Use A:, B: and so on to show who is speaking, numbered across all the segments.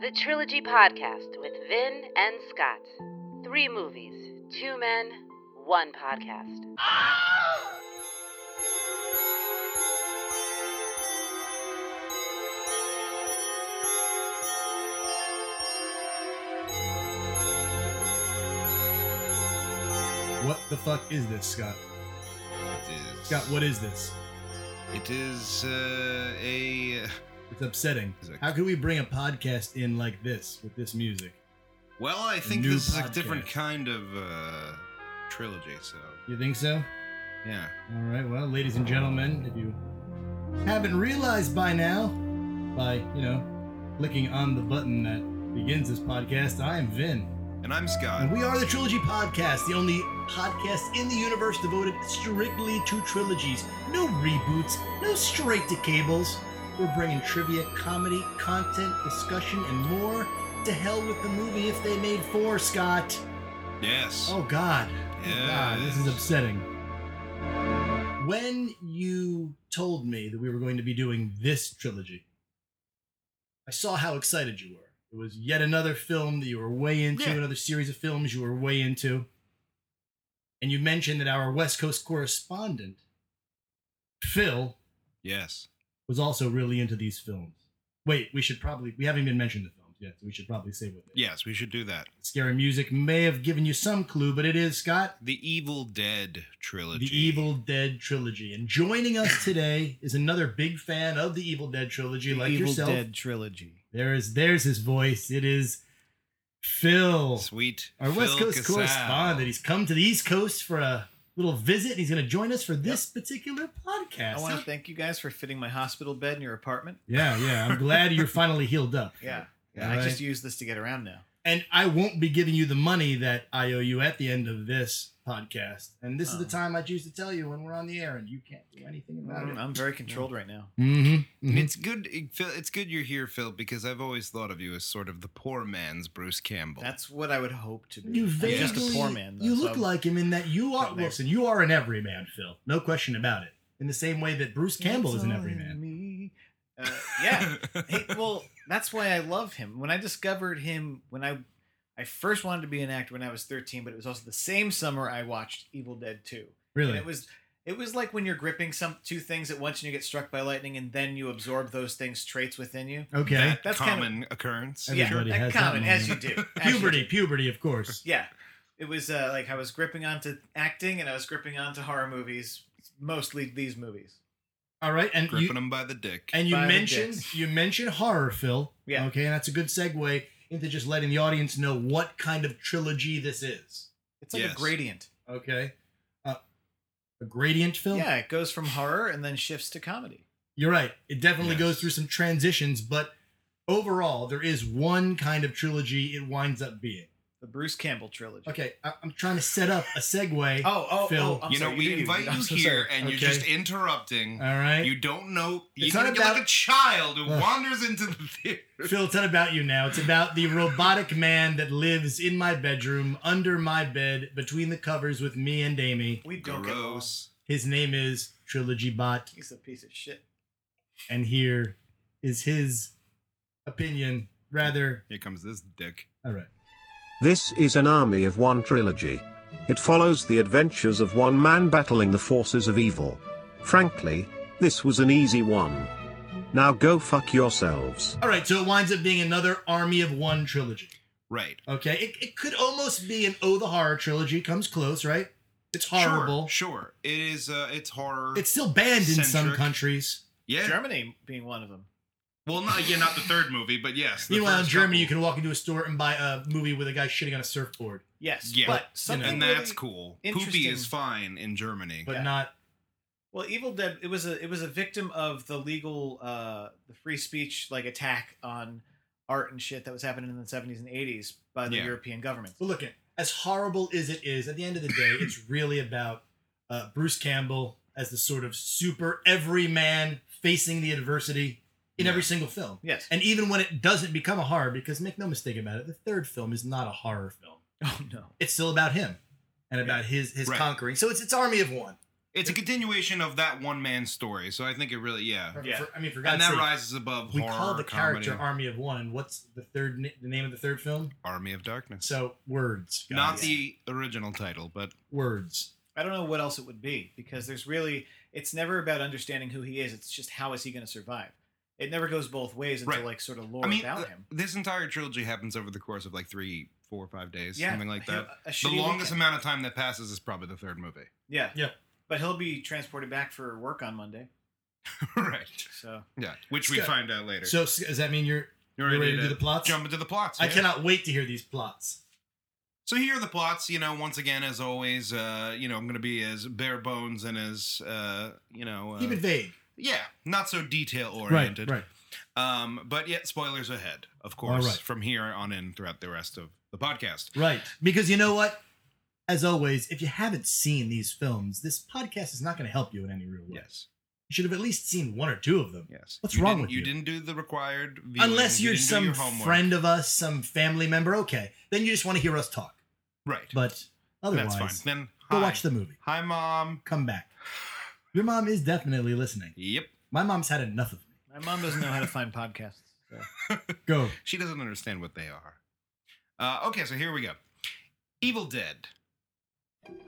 A: The Trilogy Podcast with Vin and Scott. Three movies, two men, one podcast.
B: What the fuck is this, Scott?
C: It is.
B: Scott, what is this?
C: It is uh, a.
B: It's upsetting.
C: Is it-
B: How could we bring a podcast in like this with this music?
C: Well, I think
B: New
C: this is a different
B: podcast.
C: kind of uh, trilogy. So
B: You think so?
C: yeah,
B: All right, well, ladies and gentlemen, if you haven't realized by now, by, you know, clicking on the button that begins this podcast, I am Vin.
C: and I'm Scott.
B: And we are the Trilogy Podcast, the only podcast in the universe devoted strictly to trilogies. No reboots, no straight to cables. We're bringing trivia, comedy, content, discussion, and more. To hell with the movie if they made four, Scott.
C: Yes.
B: Oh God. Oh, God, this is
C: Yes.
B: upsetting. When you told me that we were going to be doing this trilogy, I saw how excited you were. It was yet another film that you were way into,
C: Yeah.
B: another series of films you were way into. And you mentioned that our West Coast correspondent, Phil,
C: Yes.
B: was also really into these films. Wait, we should probably, we haven't even mentioned the films yet, so we should probably say what they
C: Yes. We should do that.
B: Scary music may have given you some clue, but it is, Scott,
C: The Evil Dead trilogy.
B: the Evil Dead trilogy. And joining us today is another big fan of the Evil Dead trilogy, like
D: Evil
B: yourself.
D: Dead trilogy.
B: There is there's his voice. It is Phil,
C: Sweet.
B: our West
C: Phil
B: Coast
C: Casale.
B: correspondent. He's come to the East Coast for a little visit. and He's going to join us for this particular podcast.
D: I want to thank you guys for fitting my hospital bed in your apartment.
B: yeah, yeah. I'm glad you're finally healed up.
D: Yeah. Yeah, I
B: Alright.
D: just use this to get around now.
B: and I won't be giving you the money that I owe you at the end of this podcast. And this is the
D: Oh.
B: time I choose to tell you when we're on the air, and you can't do anything about
D: Mm,
B: it.
D: I'm very controlled right now.
B: Mm-hmm.
C: And it's good. it- Phil, It's good you're here, Phil, because I've always thought of you as sort of the poor man's Bruce Campbell.
D: That's what I would hope to be.
B: You
D: I'm
B: vaguely,
D: just a poor man. Though,
B: you
D: so
B: look
D: I'm-
B: like him in that you are.
D: Not there.
B: Listen, you are an everyman, Phil. No question about it. In the same way that Bruce Campbell
D: It's
B: is an
D: all in
B: everyman.
D: me. Uh, yeah. Hey, well, that's why I love him. When I discovered him, when I I first wanted to be an actor when I was 13, but it was also the same summer I watched Evil Dead 2.
B: Really?
D: And it was it was like when you're gripping some two things at once and you get struck by lightning and then you absorb those things traits within you.
B: okay.
C: That
D: That's kind of-
C: common occurrence.
B: Yeah. Everybody
D: yeah,
B: has that
D: common as you
B: moment.
D: do. as you
B: Puberty,
D: do.
B: puberty, of course.
D: Yeah, it was uh, like I was gripping onto acting and I was gripping onto horror movies, mostly these movies.
B: All right, and
C: Gripping
B: you
C: him by the dick.
B: and you
D: by the
B: mentioned
D: dicks.
B: you mentioned horror, Phil.
D: Yeah.
B: Okay, and that's a good segue into just letting the audience know what kind of trilogy this is.
D: It's like
C: Yes.
D: a gradient.
B: Okay. Uh, a gradient, Phil.
D: Yeah, it goes from horror and then shifts to comedy.
B: You're right. It definitely
C: Yes.
B: goes through some transitions, but overall, there is one kind of trilogy it winds up being.
D: The Bruce Campbell trilogy.
B: Okay, I- I'm trying to set up a segue. All
D: Oh, oh,
B: Phil.
D: oh! I'm
C: you know,
D: sorry,
C: we
D: do
C: invite
D: I'm
C: you
D: so
C: here,
D: sorry.
C: and you're
B: Okay.
C: just interrupting.
B: right,
C: You don't know. You
B: It's
C: can
B: not
C: get like
B: about-
C: a child who
B: Ugh.
C: wanders into the theater.
B: Phil, it's not about you now. It's about the robotic man that lives in my bedroom, under my bed, between the covers with me and Amy.
D: We don't get along.
C: Gross.
B: His name is Trilogy Bot,
D: He's a piece of shit.
B: and here is his opinion. Rather,
C: Here comes this dick.
B: all right.
E: This is an Army of One trilogy. It follows the adventures of one man battling the forces of evil. Frankly, this was an easy one. Now go fuck yourselves.
B: All right, so it winds up being another Army of One trilogy.
C: Right.
B: Okay, it, it could almost be an Oh the Horror trilogy. Comes close, right? It's
C: Sure,
B: horrible.
C: Sure. It is. Uh, it's horror.
B: It's still banned in some
C: Centric.
B: countries.
C: yeah.
D: Germany being one of them.
C: well, not yeah, not the third movie, but yes. the
B: Meanwhile, in
C: first
B: Germany, you
C: couple.
B: can walk into a store and buy a movie with a guy shitting on a surfboard,
D: Yes,
C: Yeah.
D: but
B: You know.
D: something
C: And that's
D: really-
C: cool. Poopy
D: interesting-
C: is fine in Germany.
B: but
D: Yeah.
B: not.
D: Well, Evil Dead it was a it was a victim of the legal uh the free speech like attack on art and shit that was happening in the 70s and 80s by the
C: Yeah.
D: European governments.
B: But look, it- as horrible as it is, at the end of the day, it's really about uh, Bruce Campbell as the sort of super everyman facing the adversity in
C: Yeah.
B: every single film.
D: Yes.
B: And even when it doesn't become a horror, because make no mistake about it, the third film is not a horror film.
D: Oh no.
B: It's still about him and about his his
C: Right.
B: conquering. So it's it's Army of One.
C: It's a continuation of that one man story, so I think it really, yeah.
B: For-
F: Yeah.
B: for- I mean, for
C: And
B: God's
C: that
B: sake,
C: rises above
B: we
C: horror,
B: call the character
C: comedy,
B: Army of One. What's the third na- the name of the third film?
C: Army of Darkness.
B: So words, guys.
C: Not the original title, but
B: words.
D: I don't know what else it would be because there's really it's never about understanding who he is. It's just how is he going to survive. It never goes both ways until
C: Right.
D: like sort of lore
C: I mean, uh,
D: about
C: th-
D: him.
C: this entire trilogy happens over the course of like three, four, or five days, something like
D: he'll-
C: that. The
D: a shitty
C: longest
D: weekend.
C: amount of time that passes is probably the third movie.
D: Yeah,
B: Yeah.
D: But he'll be transported back for work on Monday.
C: right.
D: So
C: Yeah. Which we
B: Scott-
C: find out later.
B: So s- does that mean you're?
C: You're
B: ready to do the plots?
C: Jump into the plots.
B: I
C: yeah.
B: cannot wait to hear these plots.
C: So here are the plots. You know, once again, as always, uh, you know, I'm going to be as bare bones and as, uh, you know, uh,
B: Keep it vague.
C: yeah, not so detail oriented.
B: Right.
C: Um, but yet, spoilers ahead, of course,
B: right.
C: from here on in throughout the rest of the podcast.
B: Right. Because you know what? As always, if you haven't seen these films, this podcast is not going to help you in any real way.
C: Yes.
B: You should have at least seen one or two of them.
C: Yes.
B: What's
C: You
B: wrong
C: didn't-
B: with
C: you?
B: you?
C: didn't do the required. viewing,
B: Unless
C: you
B: you're
C: didn't do
B: some
C: your homework.
B: friend of us, some family member, okay. Then you just want to hear us talk.
C: right?
B: But otherwise,
C: That's fine. Then
B: go
C: hi.
B: watch the movie.
C: Hi, mom.
B: Come back. Your mom is definitely listening.
C: Yep.
B: My mom's had enough of me.
D: my mom doesn't know how to find podcasts. So.
B: Go.
C: She doesn't understand what they are. Uh, okay, so here we go. Evil Dead.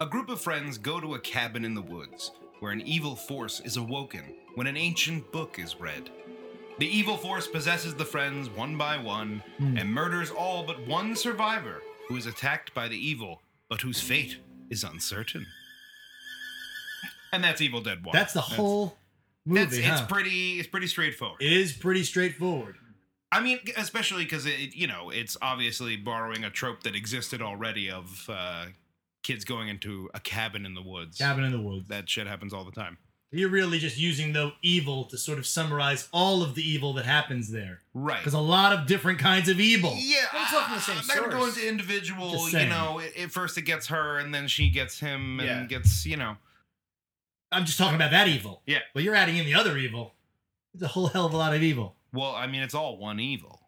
C: A group of friends go to a cabin in the woods where an evil force is awoken when an ancient book is read. The evil force possesses the friends one by one
B: Hmm.
C: and murders all but one survivor who is attacked by the evil, but whose fate is uncertain. And that's Evil Dead 1.
B: That's the whole movie.
C: That's, it's
B: huh?
C: pretty it's pretty straightforward.
B: It is pretty straightforward.
C: I mean, especially because it, you know, it's obviously borrowing a trope that existed already of uh, kids going into a cabin in the woods.
B: Cabin in the Woods.
C: That shit happens all the time.
B: You're really just using the evil to sort of summarize all of the evil that happens there.
C: Right.
B: Because a lot of different kinds of evil.
C: yeah,
D: But it's all from the same
C: I'm not gonna go
D: source.
C: into individual.
B: Just
C: You
B: saying.
C: know, it, at first it gets her, and then she gets him, and
D: Yeah.
C: gets you know.
B: I'm just talking about that evil.
C: Yeah.
B: But you're adding in the other evil. It's a whole hell of a lot of evil.
C: Well, I mean, it's all one evil.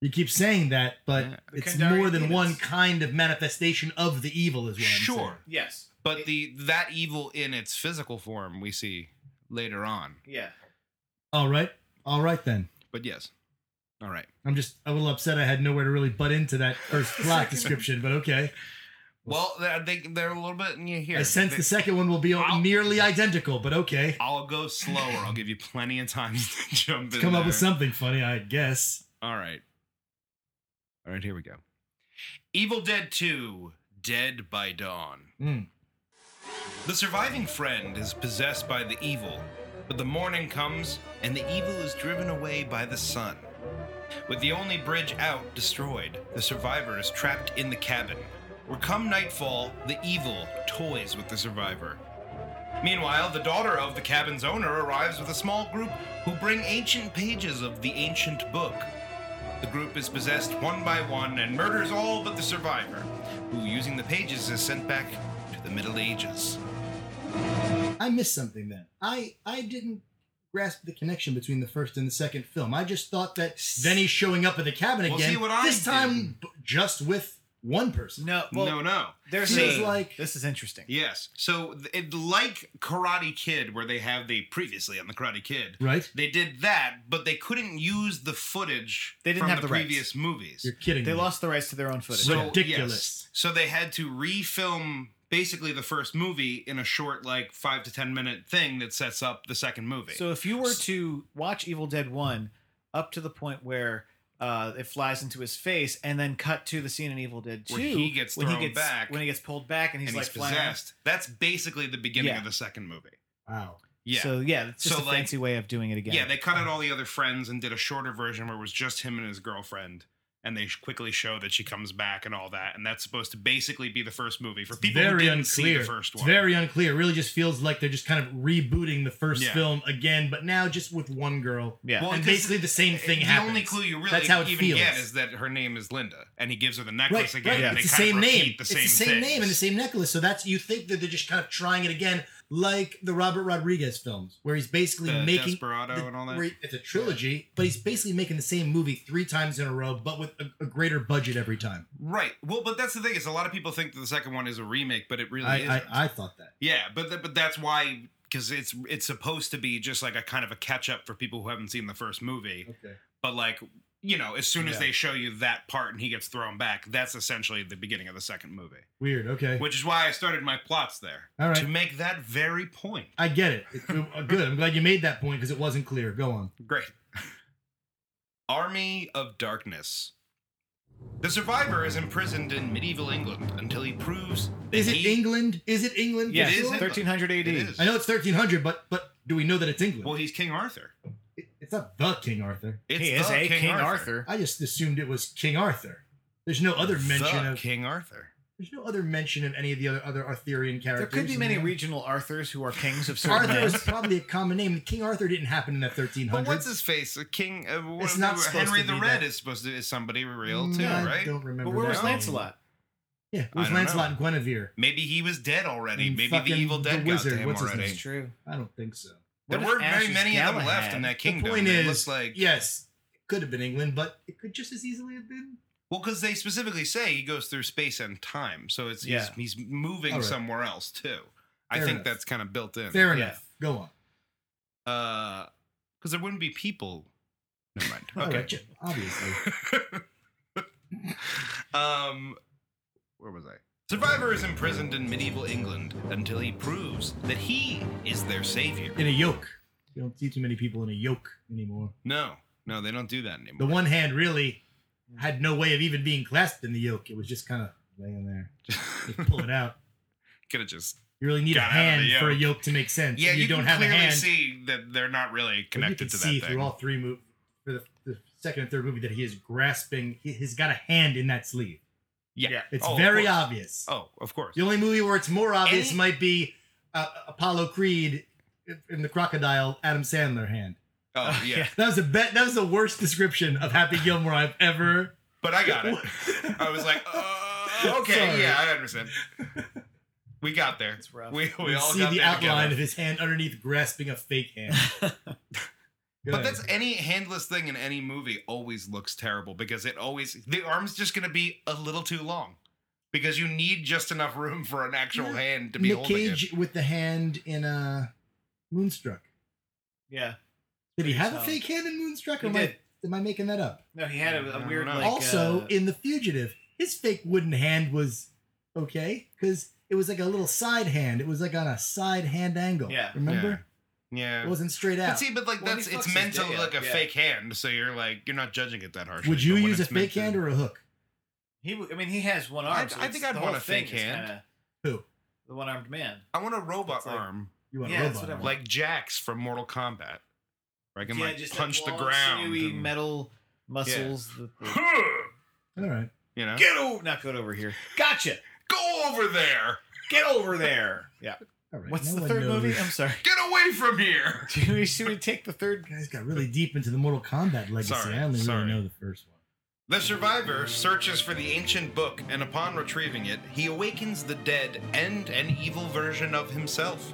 B: You keep saying that, but
C: Yeah.
D: The
B: it's
D: Kandarian
B: more than one
D: demons.
B: kind of manifestation of the evil, is what I'm saying.
C: Sure,
D: Yes.
C: but
D: It-
C: the that evil in its physical form we see later on.
D: yeah.
B: All right. All right then.
C: But yes, all right.
B: I'm just a little upset I had nowhere to really butt into that first plot description, but okay.
C: Well, they're- they they're a little bit here.
B: I sense
C: They-
B: the second one will be
C: I'll-
B: nearly identical, but okay.
C: I'll go slower. I'll give you plenty of time to jump in.
B: Come up with
C: there.
B: something funny, I guess.
C: All right. All right, here we go. Evil Dead 2 Dead by Dawn.
B: Mm.
C: The surviving friend is possessed by the evil, but the morning comes and the evil is driven away by the sun. With the only bridge out destroyed, the survivor is trapped in the cabin, where come nightfall, the evil toys with the survivor. Meanwhile, the daughter of the cabin's owner arrives with a small group who bring ancient pages of the ancient book. The group is possessed one by one and murders all but the survivor, who, using the pages, is sent back to the Middle Ages.
B: I missed something then. I I didn't grasp the connection between the first and the second film. I just thought that then he's showing up at the cabin
C: Well,
B: again.
C: see what I
B: this time
C: did.
B: b- just with one person.
D: No. Well,
C: no, no.
D: there's
B: Feels
D: a-
B: like-
D: this is interesting.
C: Yes. So, th- it, like Karate Kid, where they have the previously on the Karate Kid,
B: Right?
C: they did that, but they couldn't use the footage
D: They didn't
C: from
D: have
C: the,
D: the rights.
C: previous movies.
B: You're kidding.
D: They
B: me.
D: lost the rights to their own footage.
C: So
B: Ridiculous.
C: yes. So they had to refilm basically the first movie in a short, like five to ten minute thing that sets up the second movie.
D: So if you were to watch Evil Dead One up to the point where uh, it flies into his face, and then cut to the scene in Evil Dead Two
C: Where he gets
D: when he
C: thrown
D: gets
C: back.
D: when he gets pulled back, and he's
C: and
D: like
C: he's
D: flying around.
C: possessed. That's basically the beginning
D: Yeah.
C: of the second movie.
B: Wow.
C: Yeah.
D: So yeah, it's just
C: So,
D: a
C: like-
D: fancy way of doing it again.
C: yeah, they cut out all the other friends and did a shorter version where it was just him and his girlfriend. And they quickly show that she comes back and all that, and that's supposed to basically be the first movie for people who
B: very
C: didn't
B: unclear.
C: see the first one.
B: It's very unclear. It really just feels like they're just kind of rebooting the first
C: Yeah.
B: film again, but now just with one girl.
D: yeah.
C: Well,
B: and
C: because
B: basically the same thing
C: the
B: happens.
C: only clue you really
B: That's how it
C: even
B: feels.
C: get is that her name is Linda, and he gives her the necklace
B: Right,
C: again.
B: right.
C: and
B: It's the
C: they kind of
B: same
C: repeat
B: name.
C: The
B: it's
C: same
B: the same name and the
C: things.
B: same necklace. So that's you think that they're just kind of trying it again, like the Robert Rodriguez films, where he's basically
C: The
B: making
C: Desperado
B: the-
C: and all that.
B: where he- it's a trilogy, but he's basically making the same movie three times in a row, but with a, a greater budget every time.
C: Right. Well, but that's the thing is a lot of people think that the second one is a remake, but it really isn't.
B: I, I I thought that.
C: yeah, but th- but that's why because it's it's supposed to be just like a kind of a catch up for people who haven't seen the first movie.
B: Okay.
C: But like you know, as soon as
B: Yeah.
C: they show you that part and he gets thrown back, that's essentially the beginning of the second movie,
B: Weird. Okay.
C: which is why I started my plots there
B: All right.
C: to make that very point.
B: I get it. It- it- Good. I'm glad you made that point because it wasn't clear. Go on.
C: Great. Army of Darkness. The survivor is imprisoned in medieval England until he proves that
B: Is it
C: he
B: England? Is it England?
D: Yes,
C: It is
B: Sure.
C: England.
D: 1300
C: It
D: AD.
C: is.
B: I know it's 1300, but but do we know that it's England?
C: Well, he's King Arthur.
B: It- it's not the King Arthur.
C: It's
D: he is
C: the
D: a King, Arthur.
B: I just assumed it was King Arthur. There's no other mention
C: The
B: of
C: King Arthur.
B: there's no other mention of any of the other other Arthurian
D: There
B: characters.
D: could be
B: in
D: many
B: there.
D: regional Arthurs who are kings of certain
B: Arthur is
D: lands.
B: probably a common name. King Arthur didn't happen in the 1300s.
C: But what's his face? A king. Uh, what-
B: It's not
C: uh,
B: supposed
C: Henry
B: to
C: the
B: be
C: Red
B: that-
C: is supposed to is somebody real too,
B: Mm, I
C: right?
B: don't remember.
D: But where
B: that
D: was
B: name.
D: Lancelot?
B: Yeah,
C: I
B: where's
C: don't
B: Lancelot
C: know.
B: and Guinevere?
C: Maybe he was dead already.
B: And
C: Maybe
B: fucking
C: the Evil
B: the
C: Dead got to
B: wizard,
C: him
B: what's his
C: already.
B: name?
D: That's true.
B: I don't think so.
C: There
D: What if
C: weren't very
D: Ash is
C: many of them left
D: Galahad?
C: in that
B: The
C: kingdom.
B: point
C: it
B: is,
C: looks like
B: yes, it could have been England, but it could just as easily have been
C: well, because they specifically say he goes through space and time, so it's
D: Yeah.
C: he's, he's moving
B: All right.
C: somewhere else too. I
B: Fair
C: think
B: enough.
C: that's kind of built in.
B: fair
D: Yeah.
B: enough. Go on.
C: because there wouldn't be people. Never mind.
B: All
C: Okay.
B: right, ju- obviously.
C: um, where was I? Survivor is imprisoned in medieval England until he proves that he is their savior.
B: In a yoke. You don't see too many people in a yoke anymore.
C: No, no, they don't do that anymore.
B: The one hand really had no way of even being clasped in the yoke. It was just kind of laying there. You pull it out.
C: Could have just
B: You really need a
C: Got out of the
B: hand for a
C: yoke.
B: yoke to make sense.
C: yeah.
B: If
C: You,
B: you, don't
C: can
B: have a
C: clearly
B: hand.
C: see that they're not
B: but
C: really
B: you
C: connected
B: can
C: to
B: see
C: that
B: through
C: thing.
B: all three movies, for the, the second and third movie, that he is grasping. He, he's got a hand in that sleeve.
C: yeah.
D: Yeah.
B: It's
C: Oh, of
B: very
C: course.
B: obvious.
C: Oh, of course.
B: The only movie where it's more obvious
C: Any-
B: might be uh, Apollo Creed in the crocodile Adam Sandler hand.
C: Oh yeah.
D: yeah.
B: That was a bet. That was the worst description of Happy Gilmore I've ever.
C: But I got it. I was like, uh, okay,
B: Sorry.
C: yeah, I understand. We got there.
D: It's rough.
C: We, we
B: You
C: all
B: see
C: got
B: the
C: there
B: outline
C: together.
B: of his hand underneath grasping a fake hand. Go
C: But
B: ahead.
C: that's any handless thing in any movie always looks terrible because it always the arm's just going to be a little too long because you need just enough room for an actual
B: Yeah.
C: hand to be
B: Nick
C: holding
B: Cage
C: it.
B: with the hand in uh, Moonstruck.
D: Yeah.
B: Did he have a
D: So-
B: fake hand in Moonstruck? Or am
D: He
B: I,
D: did.
B: am I making that up?
D: No, he had a,
C: I
D: a
C: don't
D: weird
C: know.
D: like
B: also,
D: uh,
B: in The Fugitive, his fake wooden hand was okay because it was like a little side hand. It was like on a side hand angle.
D: Yeah.
B: Remember?
C: Yeah.
B: It wasn't straight out.
C: But see, but like
D: Well,
C: that's
D: he
C: it's
D: fucks
C: meant
D: his
C: to
D: dick
C: look like a
D: up, yeah.
C: fake hand, so you're like you're not judging it that harshly.
B: Would you
C: but when
B: use a
C: it's meant
B: fake hand
C: to-
B: or a hook?
D: he. w- I mean, he has one arm.
C: I'd-
D: so
C: I
D: it's-
C: think I'd
D: the whole
C: want a
D: thing
C: fake
D: is
C: hand.
D: kinda
B: Who?
D: The one-armed man.
C: I want a robot
D: It's like-
C: arm
B: You want
D: Yeah,
B: a
D: that's
B: robot?
D: what I
B: arm.
D: want.
C: like Jax from Mortal Kombat, where I can
D: yeah,
C: like
D: just
C: punch
D: like
C: the
D: long,
C: ground.
D: sinewy
C: and-
D: metal muscles. that- that-
B: All right.
C: you know,
D: Get over. Not get over here. Gotcha.
C: go over there,
D: Get over there. Yeah.
B: All right.
D: What's
B: No
D: the
B: one
D: third
B: knows.
D: movie? I'm sorry.
C: get away from here.
D: Should we, should we take the third?
B: You guys got really deep into the Mortal Kombat legacy.
C: Sorry,
B: I only
C: sorry.
B: really know the first one.
C: The survivor searches for the ancient book, and upon retrieving it, he awakens the dead and an evil version of himself.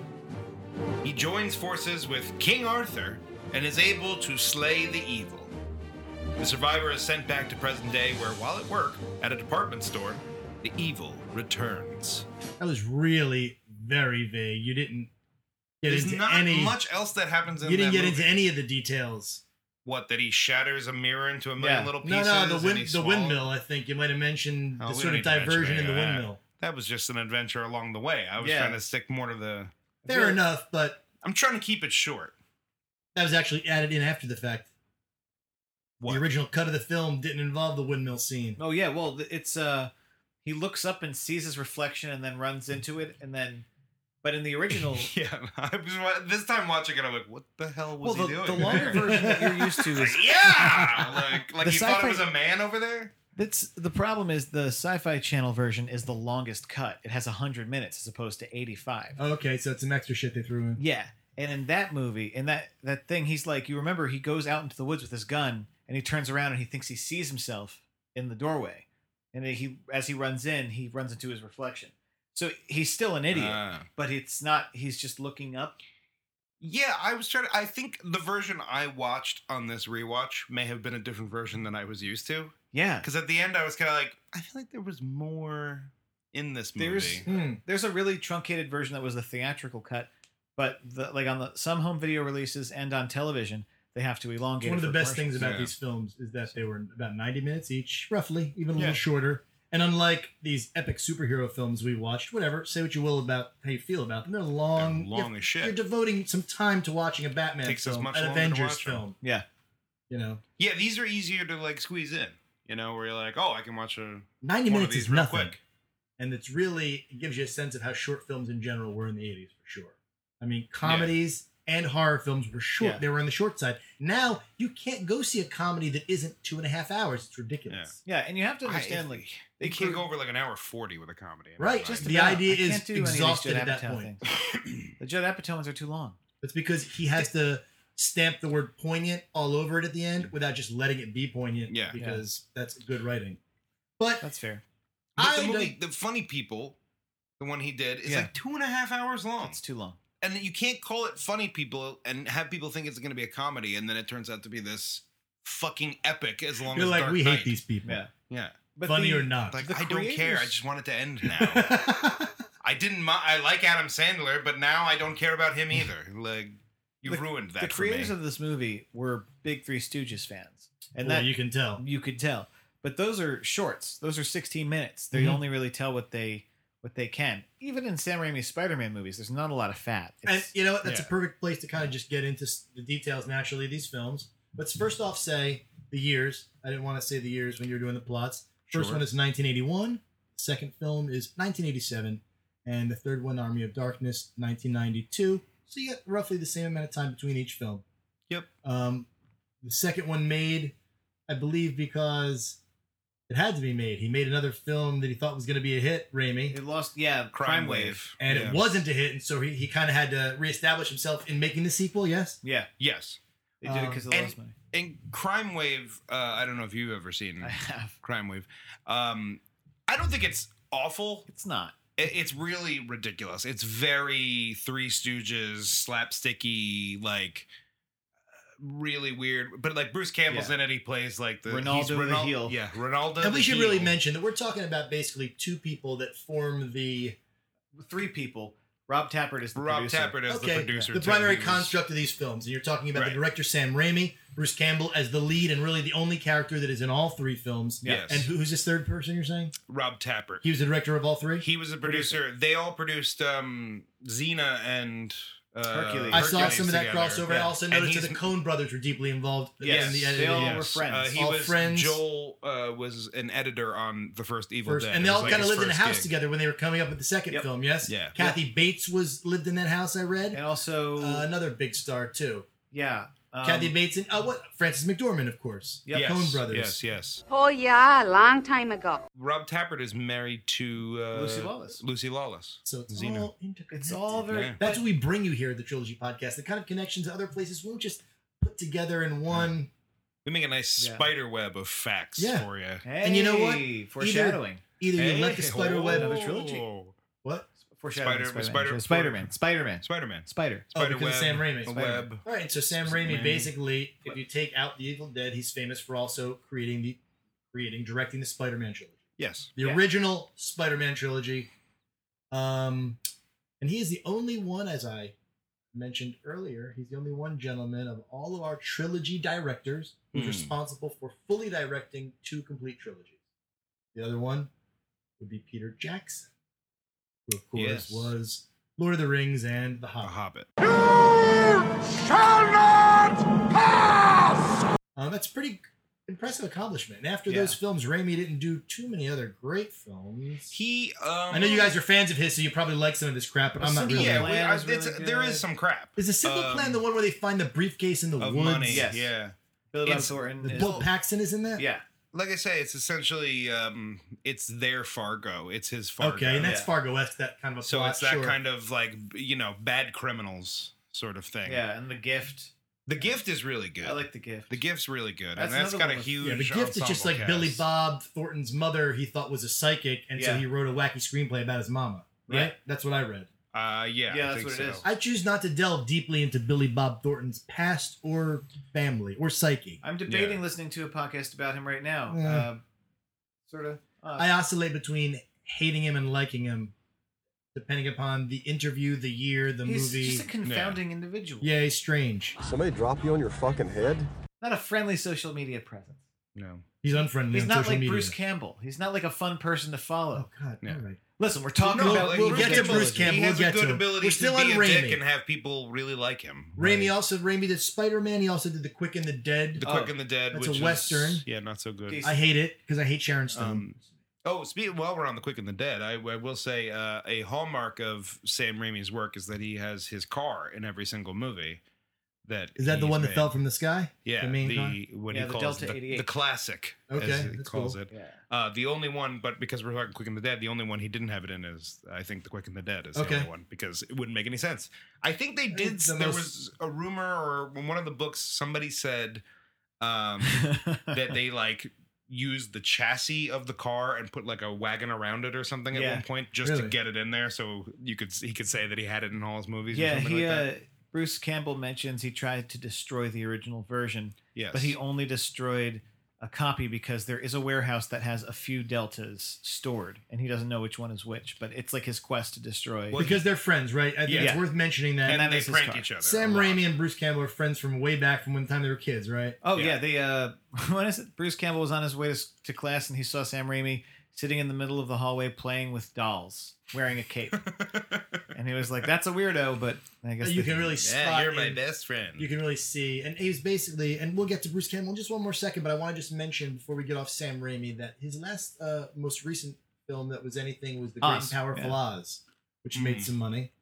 C: He joins forces with King Arthur and is able to slay the evil. The survivor is sent back to present day, where while at work at a department store, the evil returns.
B: That was really very vague. You didn't get
C: There's
B: into
C: not
B: any.
C: much else that happens in
B: you didn't
C: that
B: get
C: movie.
B: into any of the details.
C: what that he shatters a mirror into a million
D: Yeah.
C: little
B: No,
C: pieces.
B: no, the
C: and he
B: wind, the
C: swallows-
B: windmill. I think you might have mentioned
C: Oh,
B: the
C: we
B: sort
C: don't
B: of
C: need to mention
B: diversion in
C: any
B: the
C: of that.
B: windmill.
C: That was just an adventure along the way. I was
D: Yeah.
C: trying to stick more to the.
B: Fair
D: Yeah.
B: enough, but
C: I'm trying to keep it short.
B: That was actually added in after the fact.
C: What?
B: The original cut of the film didn't involve the windmill scene.
D: Oh yeah. Well, th- it's uh, he looks up and sees his reflection and then runs into it and then, but in the original,
C: yeah, I was wa- this time watching it. I'm like, what the hell
D: well,
C: was
D: the,
C: he doing?
D: the longer version that you're used to is
C: yeah, like like
D: The
C: he thought it
D: sci-fi-
C: was a man over there.
D: That's the problem is the Sci-Fi Channel version is the longest cut. It has 100 minutes as opposed to 85.
B: Okay, so it's some extra shit they threw in.
D: Yeah. And in that movie, in that that thing, he's like, you remember he goes out into the woods with his gun and he turns around and he thinks he sees himself in the doorway. And then he as he runs in, he runs into his reflection. So he's still an idiot,
C: Ah.
D: but it's not. He's just looking up.
C: Yeah, I was trying to. I think the version I watched on this rewatch may have been a different version than I was used to.
D: Yeah,
C: Because at the end, I was kind of like, I feel like there was more in this movie.
D: There's-
F: Hmm.
D: there's a really truncated version that was the theatrical cut, but the, like on the some home video releases and on television, they have to elongate.
B: One of
D: it
B: the
D: for
B: best things
D: commercials.
B: about
C: Yeah.
B: these films is that they were about 90 minutes each, roughly, even a
C: Yeah.
B: little shorter. And unlike these epic superhero films we watched, whatever, say what you will about how you feel about them, they're
C: They're
B: long.
C: long
B: you're,
C: as
B: you're
C: shit.
B: devoting some time to watching a Batman
C: Takes as
B: film,
C: much
B: an
C: longer to
B: Avengers
C: watch them.
B: film.
D: Yeah.
B: You know,
C: yeah, these are easier to like squeeze in. You know, where you're like, oh, I can watch a
B: 90
C: one of
B: minutes
C: these
B: is
C: real
B: nothing.
C: quick.
B: and it's really it gives you a sense of how short films in general were in the 80s for sure i mean comedies and horror films were short
D: Yeah.
B: they were on the short side now you can't go see a comedy that isn't two and a half hours it's ridiculous
D: Yeah, and you have to
C: I-
D: understand like
C: They
D: you
C: can't
D: grew-
C: go over like an hour forty with a comedy. in my
B: right
C: mind.
D: Just
B: the
D: about.
B: idea
D: I can't
B: is
D: do any of these
B: exhausted
D: Judd
B: at that
D: Apatow
B: point
D: things. The Judd Apatow ones are too long.
B: it's because he has to stamp the word poignant all over it at the end without just letting it be poignant
C: Yeah.
B: because that's good writing but
D: That's fair.
C: But
B: I
C: the
B: don't-
C: movie, the funny people, the one he did, is
D: Yeah.
C: like two and a half hours long,
D: It's too long.
C: and you can't call it funny people and have people think it's going to be a comedy, and then it turns out to be this fucking epic. As long
B: you're
C: as
B: like
C: Dark
B: we
C: Knight.
B: hate these people
D: Yeah,
C: Yeah,
D: but
B: funny
D: the-
B: or not
C: like
D: The
C: I don't care. I
D: creators-
C: just want it to end now. I didn't. mi- I like Adam Sandler, but now I don't care about him either. Like you
D: The-
C: ruined that
D: the
C: for me.
D: creators of this movie were big Three Stooges fans, and
B: Well,
D: that
B: you can tell
D: you could tell. But those are shorts. Those are 16 minutes. They
B: Mhm.
D: only really tell what they what they can. Even in Sam Raimi's Spider-Man movies, there's not a lot of fat.
B: And
D: It's-
B: you know what? That's
C: yeah.
B: a perfect place to kind of just get into s- the details naturally of these films. Let's first off say the years. I didn't want to say the years when you were doing the plots. First
C: Sure.
B: one is 1981. second film is 1987. And the third one, Army of Darkness, 1992. So you got roughly the same amount of time between each film.
C: Yep.
B: Um, the second one made, I believe, because it had to be made. He made another film that he thought was going to be a hit, Raimi
D: it lost. Yeah,
C: Crime Wave.
B: and
C: Yeah.
B: it wasn't a hit, and so he, he kind of had to reestablish himself in making the sequel. Yes,
D: Yeah,
C: yes.
D: they did it
B: Um,
D: because of
C: and-
D: lost money.
C: And Crime Wave. Uh, I don't know if you've ever seen
D: I have.
C: Crime Wave. Um, I don't think it's awful.
D: It's not.
C: It- It's really ridiculous. It's very Three Stooges slapsticky, like uh, really weird. But like Bruce Campbell's
D: Yeah.
C: in it. He plays like the he's
D: Ronaldo the
C: Ronal-
D: heel.
C: Yeah, Ronaldo.
B: and we
C: the
B: should really
C: heel.
B: mention that we're talking about basically two people that form the
D: Three people. Rob Tappert is the
C: Rob
D: producer.
C: Tappert as the
B: okay
C: producer.
B: the
C: too.
B: primary
C: He was-
B: construct of these films. And you're talking about
C: Right.
B: the director Sam Raimi, Bruce Campbell as the lead, and really the only character that is in all three films.
C: Yes.
B: And who- who's this third person you're saying?
C: Rob Tappert.
B: He was the director of all three.
C: He was a producer. They all produced um Xena and uh,
D: Hercules.
B: I saw
C: Hercules
B: some of that
C: together.
B: crossover. I
D: yeah.
B: also
C: And
B: noticed that
C: he's-
B: the Coen brothers were deeply involved
D: Yes,
B: in the
D: they
B: editing.
D: all were friends.
C: Uh, he
B: All
C: was
B: friends.
C: Joel uh, was an editor on the first Evil
B: First,
C: Dead.
B: and they
C: It was
B: all
C: like
B: kind of
C: his
B: lived in a
C: first
B: house
C: gig.
B: together when they were coming up with the second
D: Yep.
B: film. Yes,
C: Yeah.
B: Kathy Bates was lived in that house. I read.
D: And also,
B: Uh, another big star too.
D: yeah, um,
B: Kathy Bates and uh, what? Francis McDormand, of course.
D: Yep.
B: Yeah,
C: Yes,
B: Coen Brothers.
C: Yes, yes.
G: Oh, yeah, a long time ago.
C: Rob Tappert is married to uh,
D: Lucy Lawless.
C: Lucy Lawless.
B: So it's
C: Xena.
B: all interconnected.
D: It's all very.
C: Yeah.
B: That's what we bring you here at the Trilogy Podcast. The kind of connections that other places won't just put together in one.
C: We make a nice
D: Yeah.
C: spider web of facts
B: Yeah.
C: for you.
B: And you know what?
D: Hey,
B: Either-
D: Foreshadowing.
B: Either you let the
C: Hey,
B: spider web.
D: another trilogy.
C: oh.
B: What?
D: Foreshadowing.
C: Spider-
D: Spider,
C: Spider-
D: Spider-Man. Spider-Man.
C: Spider-Man.
D: Spider.
B: Oh,
C: Spider
B: because of Sam Raimi.
C: The
B: Spider-
C: web.
B: All right, so Sam
C: Spider-
B: Raimi
C: Raimi.
B: basically, if you take out the Evil Dead, he's famous for also creating the, creating, directing the Spider-Man trilogy.
C: Yes.
B: the
D: Yeah.
B: original Spider-Man trilogy. Um, and he is the only one, as I mentioned earlier, he's the only one gentleman of all of our trilogy directors who's
C: Hmm.
B: responsible for fully directing two complete trilogies. The other one would be Peter Jackson, who of course
C: Yes. Uh-huh.
B: was Lord of the Rings and The
C: The
B: Hobbit.
C: Hobbit.
B: Um, that's a pretty impressive accomplishment. And after
D: Yeah.
B: those films, Raimi didn't do too many other great films.
C: He. Um,
B: I know you guys are fans of his, so you probably like some of this crap, but I'm not
D: Some-
B: really.
C: Yeah,
D: Plan
C: we, I,
D: is
C: it's,
D: really
C: there
D: good.
C: is some crap.
B: Is the simple
C: Um,
B: plan the one where they find the briefcase in the
C: of
B: woods?
C: money?
D: Yes.
C: Yeah.
D: Billy Bob
C: It's-
D: Thornton.
B: The
D: is-
B: Bill Paxton is in that.
D: yeah.
C: Like I say, it's essentially um, it's their Fargo. It's his Fargo.
B: Okay, and that's
D: Yeah.
B: Fargo West. That kind of a
C: so
B: plot,
C: it's that
B: sure.
C: kind of like you know bad criminals sort of thing.
D: Yeah, and the gift.
C: The Gift is really good.
D: I like the gift.
C: the Gift's really good, and
D: That's
C: that's
D: another
C: got a
D: one with-
C: huge.
B: Yeah, the gift is just
C: ensemble
B: like Billy
C: cast.
B: Bob Thornton's mother. He thought was a psychic, and so
D: Yeah.
B: he wrote a wacky screenplay about his mama. right?
D: Yeah.
B: That's what I read.
C: Uh, yeah,
D: Yeah,
C: I
D: that's
C: think
D: what
C: so.
D: it is.
B: I choose not to delve deeply into Billy Bob Thornton's past or family or psyche.
D: I'm debating
C: Yeah.
D: listening to a podcast about him right now.
B: Yeah.
D: Uh, sort of. Uh,
B: I oscillate between hating him and liking him, depending upon the interview, the year, the
D: he's
B: movie.
D: just a confounding individual.
B: Yeah, he's strange.
F: Somebody drop you on your fucking head?
D: Not a friendly social media presence.
C: No.
B: He's unfriendly
D: He's
B: on
D: not
B: social
D: like
B: media.
D: Bruce Campbell. He's not like a fun person to follow.
B: Oh God!
C: Yeah.
B: All right.
D: Listen, we're talking
B: No,
D: about
B: like, we'll
D: Bruce
B: get to
D: Campbell.
B: Bruce Campbell.
C: He
B: We'll
C: has
B: get
C: a
B: to
C: good
B: him.
C: ability
B: We're
C: to
B: still
C: be
B: on
C: a dick
B: Raimi.
C: and have people really like him.
B: Raimi
C: Right.
B: also Raimi did Spider Man. He also did The Quick and the Dead.
C: The
D: Oh,
C: Quick and the Dead,
B: that's a
C: which is-
B: Western.
C: yeah, not so good.
D: Decent.
B: I hate it because I hate Sharon Stone.
C: Um, oh, speak, while we're on the Quick and the Dead, I, I will say uh, a hallmark of Sam Raimi's work is that he has his car in every single movie. That
B: Is that the
C: he's
B: one that
C: made.
B: fell from the sky?
C: Yeah,
B: the main car?
C: what
D: Yeah,
C: he
D: the
C: calls
D: Delta
C: the,
D: 88.
C: the classic. as
B: Okay,
C: he
B: that's
C: calls
B: cool.
C: it.
D: Yeah.
C: Uh, the only one, but because we're talking Quick and the Dead, the only one he didn't have it in is, I think, The Quick and the Dead is
B: Okay.
C: the only one because it wouldn't make any sense. I think they
B: think
C: did.
B: the
C: there
B: most-
C: was a rumor or in one of the books, somebody said um, that they like used the chassis of the car and put like a wagon around it or something at
D: Yeah.
C: one point just to
B: Really?
C: get it in there, so you could he could say that he had it in all his movies. or
D: yeah,
C: something
D: he
C: like that.
D: uh, Bruce Campbell mentions he tried to destroy the original version,
C: yes,
D: but he only destroyed a copy because there is a warehouse that has a few deltas stored, and he doesn't know which one is which. But it's like his quest to destroy.
C: Well,
B: because they're friends, right? I think
C: Yeah.
B: it's worth mentioning that.
C: and,
D: that
C: they
D: is his
C: prank
D: car.
C: each other.
B: Sam
C: a lot.
B: Raimi and Bruce Campbell are friends from way back from when the time they were kids, right?
D: Oh yeah,
C: Yeah.
D: they uh when is it? Bruce Campbell was on his way to, s- to class and he saw Sam Raimi sitting in the middle of the hallway playing with dolls, wearing a cape. and he was like, That's a weirdo, but I guess
B: You
D: they-
B: can really
C: Yeah,
B: spot
C: you're my
B: in-
C: best friend.
B: You can really see, and he's basically, and we'll get to Bruce Campbell in just one more second, but I want to just mention before we get off Sam Raimi that his last, uh, most recent film that was anything was The Great
D: Oz,
B: and Powerful
D: yeah.
B: Oz, which made
C: Mm.
B: some money.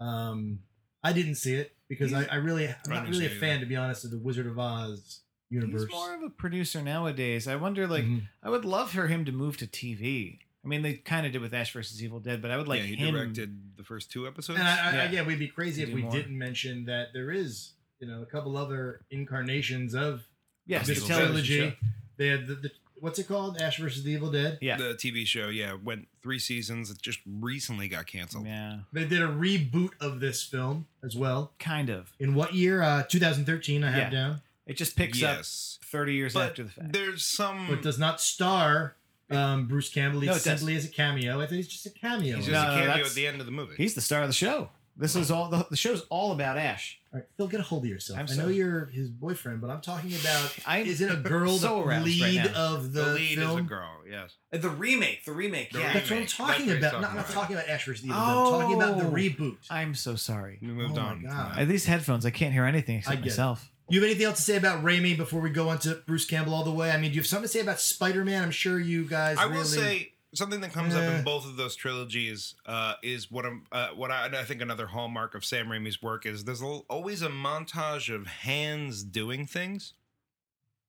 B: Um, I didn't see it because I, I really, I'm
C: I
B: not
C: didn't
B: really a
C: see it
B: fan,
C: either.
B: to be honest, of the Wizard of Oz universe.
D: he's more of a producer nowadays. I wonder like
B: Mhm.
D: I would love for him to move to TV. I mean they kinda did with Ash versus Evil Dead, but I would like
C: yeah, he
D: him
C: directed the first two episodes.
B: And I, I,
D: Yeah.
B: yeah. we'd be crazy if
D: To do
B: we
D: more.
B: didn't mention that there is, you know, a couple other incarnations of
D: yes,
B: this
D: the
C: Evil Dead.
B: trilogy. They had the, the what's it called, Ash versus the Evil Dead.
D: Yeah.
C: The TV show, yeah, went three seasons. It just recently got canceled.
D: yeah.
B: They did a reboot of this film as well.
D: Kind of.
B: In what year? Uh, 2013, I have
D: Yeah.
B: down,
D: It just picks
C: yes,
D: up thirty years
C: but
D: after the fact.
C: there's some.
B: but does not star um, Bruce Campbell. He's
D: No, it does.
B: simply as a cameo. I think he's just a cameo.
C: he's
D: No,
C: just
D: no,
C: a cameo
D: that's-
C: at the end of the movie.
D: He's the star of the show. This is all the, the show's all about Ash.
B: All right, Phil, get a hold of yourself.
D: I'm
B: i know
D: sorry.
B: you're his boyfriend, but I'm talking about.
D: I'm
B: is it a girl
D: so
B: the
D: aroused right
B: lead
D: now.
B: of the,
C: the, lead
B: film?
C: is a girl. Yes,
B: Uh,
D: The remake. The remake.
C: The
D: yeah.
B: That's what I'm
C: Remake.
B: talking
C: That's what he's
B: about.
C: talking
B: Not, I'm not
C: about.
B: talking about Ash versus the Evil Dead. I'm talking about the
D: Oh.
B: reboot.
D: I'm so sorry.
C: we moved
B: Oh my
C: on. from
B: God.
C: that.
D: Uh, these headphones, I can't hear anything
B: I
D: except
B: get it.
D: myself.
B: You have anything else to say about Raimi before we go on to Bruce Campbell all the way? I mean, do you have something to say about Spider Man? I'm sure you guys.
C: I
B: really...
C: will say something that comes up
B: Eh.
C: in both of those trilogies uh, is what I'm uh, what I, and I think another hallmark of Sam Raimi's work is there's al- always a montage of hands doing things.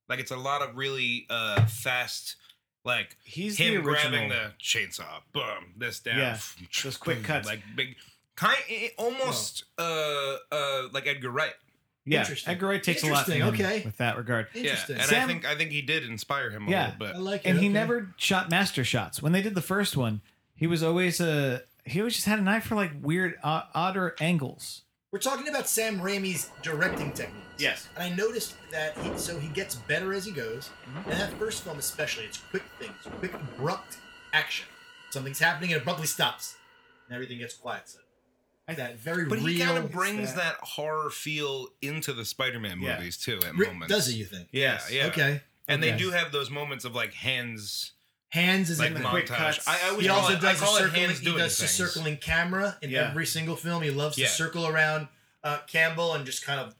C: Like it's a lot of really uh, fast, like
D: He's the
C: him
D: original.
C: grabbing the chainsaw, boom, this down,
D: Yeah, those quick
C: boom,
D: cuts.
C: like big, kind almost uh uh like Edgar Wright.
D: yeah,
B: Interesting.
D: Edgar Wright takes a lot. from
B: Interesting,
D: him
B: okay.
D: with that regard,
C: Yeah,
B: Interesting.
C: and I
D: Sam-
C: think I think he did inspire him a
D: Yeah.
C: little bit.
B: I like it.
D: and he
B: okay.
D: never shot master shots. When they did the first one, he was always uh, he always just had an eye for like weird, uh, odder angles.
B: We're talking about Sam Raimi's directing techniques.
D: Yes.
B: And I noticed that he, so he gets better as he goes.
C: Mm-hmm.
B: And that first film, especially, it's quick things, quick, abrupt action. Something's happening, and abruptly stops, and everything gets quiet. So that very
C: But
B: real.
C: he kind of brings
B: it's
C: that. horror feel into the Spider-Man
D: Yeah.
C: movies too at
B: Re-
C: moments.
B: does it? You think?
C: Yeah, yeah.
B: Okay.
C: And they
B: Okay.
C: do have those moments of like hands,
B: Hands is
C: like
B: in the
D: quick
C: montage.
D: cuts.
C: I, I always
B: He
C: call
B: also
C: it,
B: does
C: I call
B: a
C: it
B: circling.
C: hands
B: He
C: doing
B: does a
C: things.
B: circling camera in
D: Yeah.
B: every single film. He loves
C: Yeah.
B: to circle around uh, Campbell and just kind of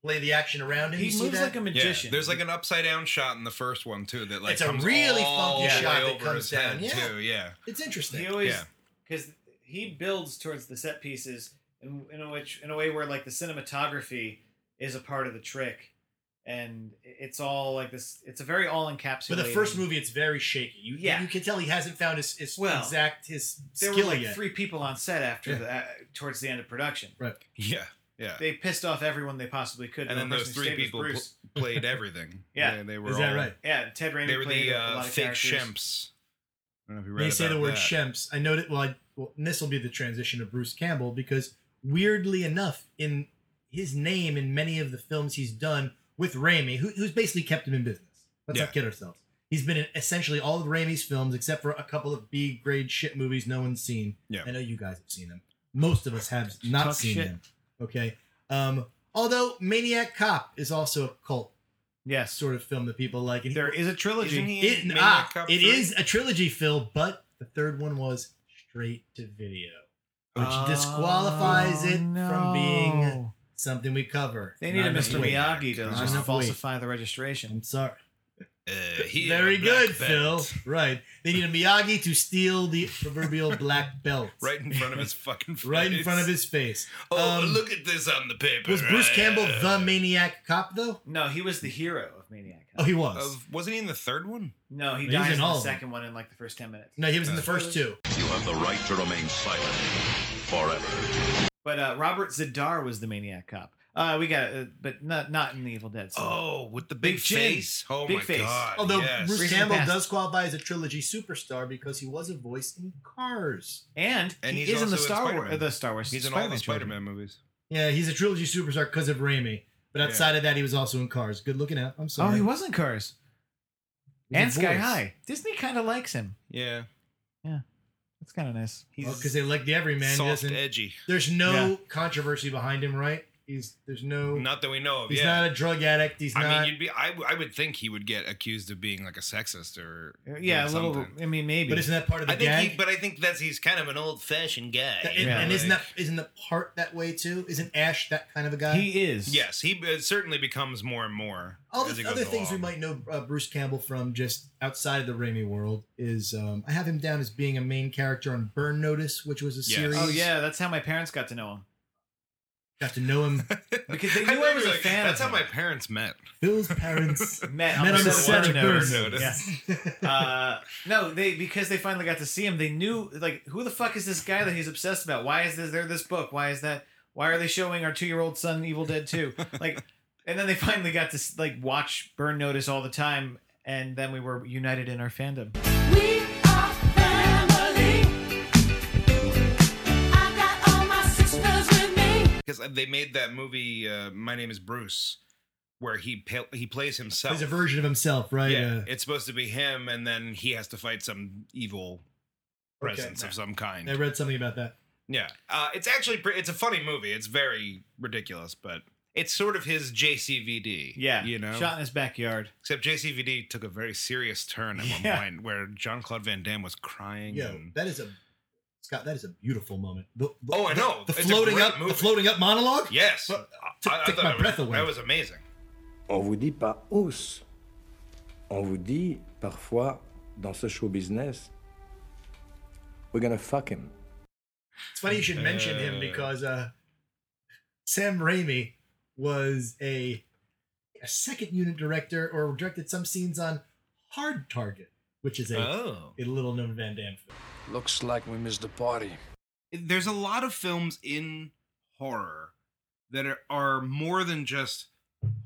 B: play the action around him.
D: He
B: you see
D: moves
B: that?
D: like a magician.
C: Yeah, there's like an upside down shot in the first one too that like
B: It's a
C: comes
B: really
C: all
B: funky
C: the
B: shot
C: way
B: that
C: over
B: comes
C: his
B: down,
C: head,
B: yeah.
C: too. Yeah,
B: it's interesting.
D: He always
C: Yeah.
D: because he builds towards the set pieces in, in a which in a way where like the cinematography is a part of the trick, and it's all like this. It's a very all encapsulated.
B: But the first movie, it's very shaky. You,
D: Yeah.
B: you can tell he hasn't found his, his
D: Well,
B: exact his
D: there
B: skill
D: were like
B: yet.
D: three people on set after
B: Yeah.
D: the, uh, towards the end of production.
B: right.
C: yeah, yeah.
D: They pissed off everyone they possibly could.
C: and
D: The
C: then
D: only
C: those
D: person who
C: three
D: stayed was
C: people pl-
D: Bruce.
C: played everything.
D: Yeah.
C: they, they were
B: Is that
C: all-
B: right?
D: yeah, Ted Raimi.
C: They were
D: played
C: the
D: a lot
C: uh,
D: of
C: fake
D: characters.
C: shemps. don't know if you read
B: They say the
C: about
B: word
C: that.
B: shemps. I noted. Well, I, well and this will be the transition to Bruce Campbell because weirdly enough, in his name in many of the films he's done with Raimi, who, who's basically kept him in business. Let's
C: Yeah.
B: not kid ourselves. He's been in essentially all of Raimi's films except for a couple of B grade shit movies no one's seen.
C: Yeah.
B: I know you guys have seen them. Most of us have not
D: Talk
B: seen
D: shit.
B: them. Okay. Um, although Maniac Cop is also a cult
D: Yes.
B: sort of film that people like. And he-
D: There is a trilogy.
C: Isn't he
B: it,
C: in
B: ah,
C: Maniac Cop
B: it
C: three?
B: is a trilogy, Phil, but the third one was straight to video, which
D: Oh,
B: disqualifies it from
D: no.
B: being something we cover.
D: They need a
B: Not
D: Mr.
B: enough weight.
D: Miyagi to
B: Not
D: just
B: enough weight.
D: falsify the
B: I'm
D: registration.
B: sorry.
C: Uh, he
B: Very
C: had a black
B: good,
C: belt
B: Phil. Right. They need a Miyagi to steal the proverbial black belt.
C: Right in front of his fucking face.
B: Right in front of his face.
C: Oh,
B: Um,
C: look at this on the paper.
B: Was Bruce
C: Uh,
B: Campbell the maniac cop, though?
D: No, he was the hero of Maniac. Cop.
B: Oh, he was.
C: of- Uh, wasn't he in the third one?
D: no, he
B: He's in
D: dies in
B: all
D: the
B: of them.
D: second one in like the first ten minutes.
B: no, he was in the first two.
H: You have the right to remain silent forever.
D: But uh, Robert Zadar was the Maniac Cop. Uh, we got, uh, but not not in the Evil Dead. So.
C: Oh, with the big,
D: Big chin.
C: face. Oh
D: Big
C: my
D: face.
C: god.
B: Although
C: yes.
B: Bruce
D: Recent
B: Campbell
D: past.
B: does qualify as a trilogy superstar because he was a voice in Cars.
D: and,
C: And
D: he
C: he's
D: is in the
C: also in
D: Star Wars.
C: Spider-Man.
D: uh, The Star Wars.
C: he's in all the
D: trilogy.
C: Spider-Man movies.
B: Yeah, he's a trilogy superstar because of Raimi. But
C: Yeah.
B: outside of that, he was also in Cars. Good looking out. I'm
D: Oh,
B: sorry.
D: he was in Cars
B: He's a
D: and Sky
B: voice.
D: High. Disney kind of likes him.
C: Yeah.
D: That's kind of nice.
C: He's
B: Well, because Oh, they like the everyman. he
C: soft,
B: doesn't-
C: edgy.
B: There's no controversy behind him, right? He's there's no.
C: Not that we know of.
B: he's
C: yeah.
B: not a drug addict. He's
C: I
B: not.
C: mean, you'd be. I, w- I would think he would get accused of being like a sexist or
D: Uh, Yeah, a
C: doing
D: little.
C: something.
D: I mean, maybe.
B: but isn't that part of the
C: I think,
B: gag?
C: he, but I think that's he's kind of an old-fashioned guy.
B: That-
C: you
B: and,
C: know,
B: and isn't
C: like-
B: that isn't the part that way too? Isn't Ash that kind of a guy?
D: he is.
C: Yes, he uh, certainly becomes more and more.
B: All
C: as
B: the
C: he goes
B: other things we
C: along.
B: might know uh, Bruce Campbell from just outside of the Raimi world is um, I have him down as being a main character on Burn Notice, which was a
C: Yes.
B: series.
D: Oh yeah, that's how my parents got to know him.
B: Got to know him.
D: Because they
C: I
D: knew I was
C: remember,
D: a
C: like,
D: fan
C: That's
D: of
C: how my
D: him.
C: parents met.
B: Phil's parents.
D: Met,
B: Met on the set of
D: Burn
B: Burn
C: Notice.
D: Yeah. Uh, no, they because they finally got to see him. They knew like who the fuck is this guy that he's obsessed about? Why is this there this book? Why is that? Why are they showing our two year old son Evil Dead Two? Like, and then they finally got to like watch Burn Notice all the time, and then we were united in our fandom.
I: We are family. I got all my sisters with me.
C: because they made that movie uh, my name is bruce where he pa- he plays himself
B: He's a version of himself, right?
C: yeah
B: Uh,
C: it's supposed to be him and then he has to fight some evil presence of some kind
B: uh, I read something about that.
C: yeah uh, it's actually pre- it's a funny movie it's very ridiculous but it's sort of his jcvd
D: Yeah,
C: you know
D: shot in his backyard.
C: except jcvd took a very serious turn at
D: Yeah.
C: one point where jean-claude van damme was crying
B: Yo,
C: and
B: that is a Scott. That is a beautiful moment. The, the-
C: Mm-hmm. Oh, I
B: the-
C: know.
B: The,
C: It's a
B: floating
C: great
B: up,
C: movie.
B: the floating up monologue.
C: yes
B: Well,
C: I-
B: took-
C: I
B: took
C: thought
B: my
C: that
B: breath
C: was,
B: away.
C: that was amazing
J: On vous dit pas hausse. On vous dit parfois dans ce show business, we're gonna fuck him.
B: It's funny you should mention him
C: Uh.
B: because uh, Sam Raimi was a a second unit director or directed some scenes on Hard Target, which is a,
C: oh
B: a little known Van Damme film.
J: Looks like we missed the party.
C: there's a lot of films in horror that are, are more than just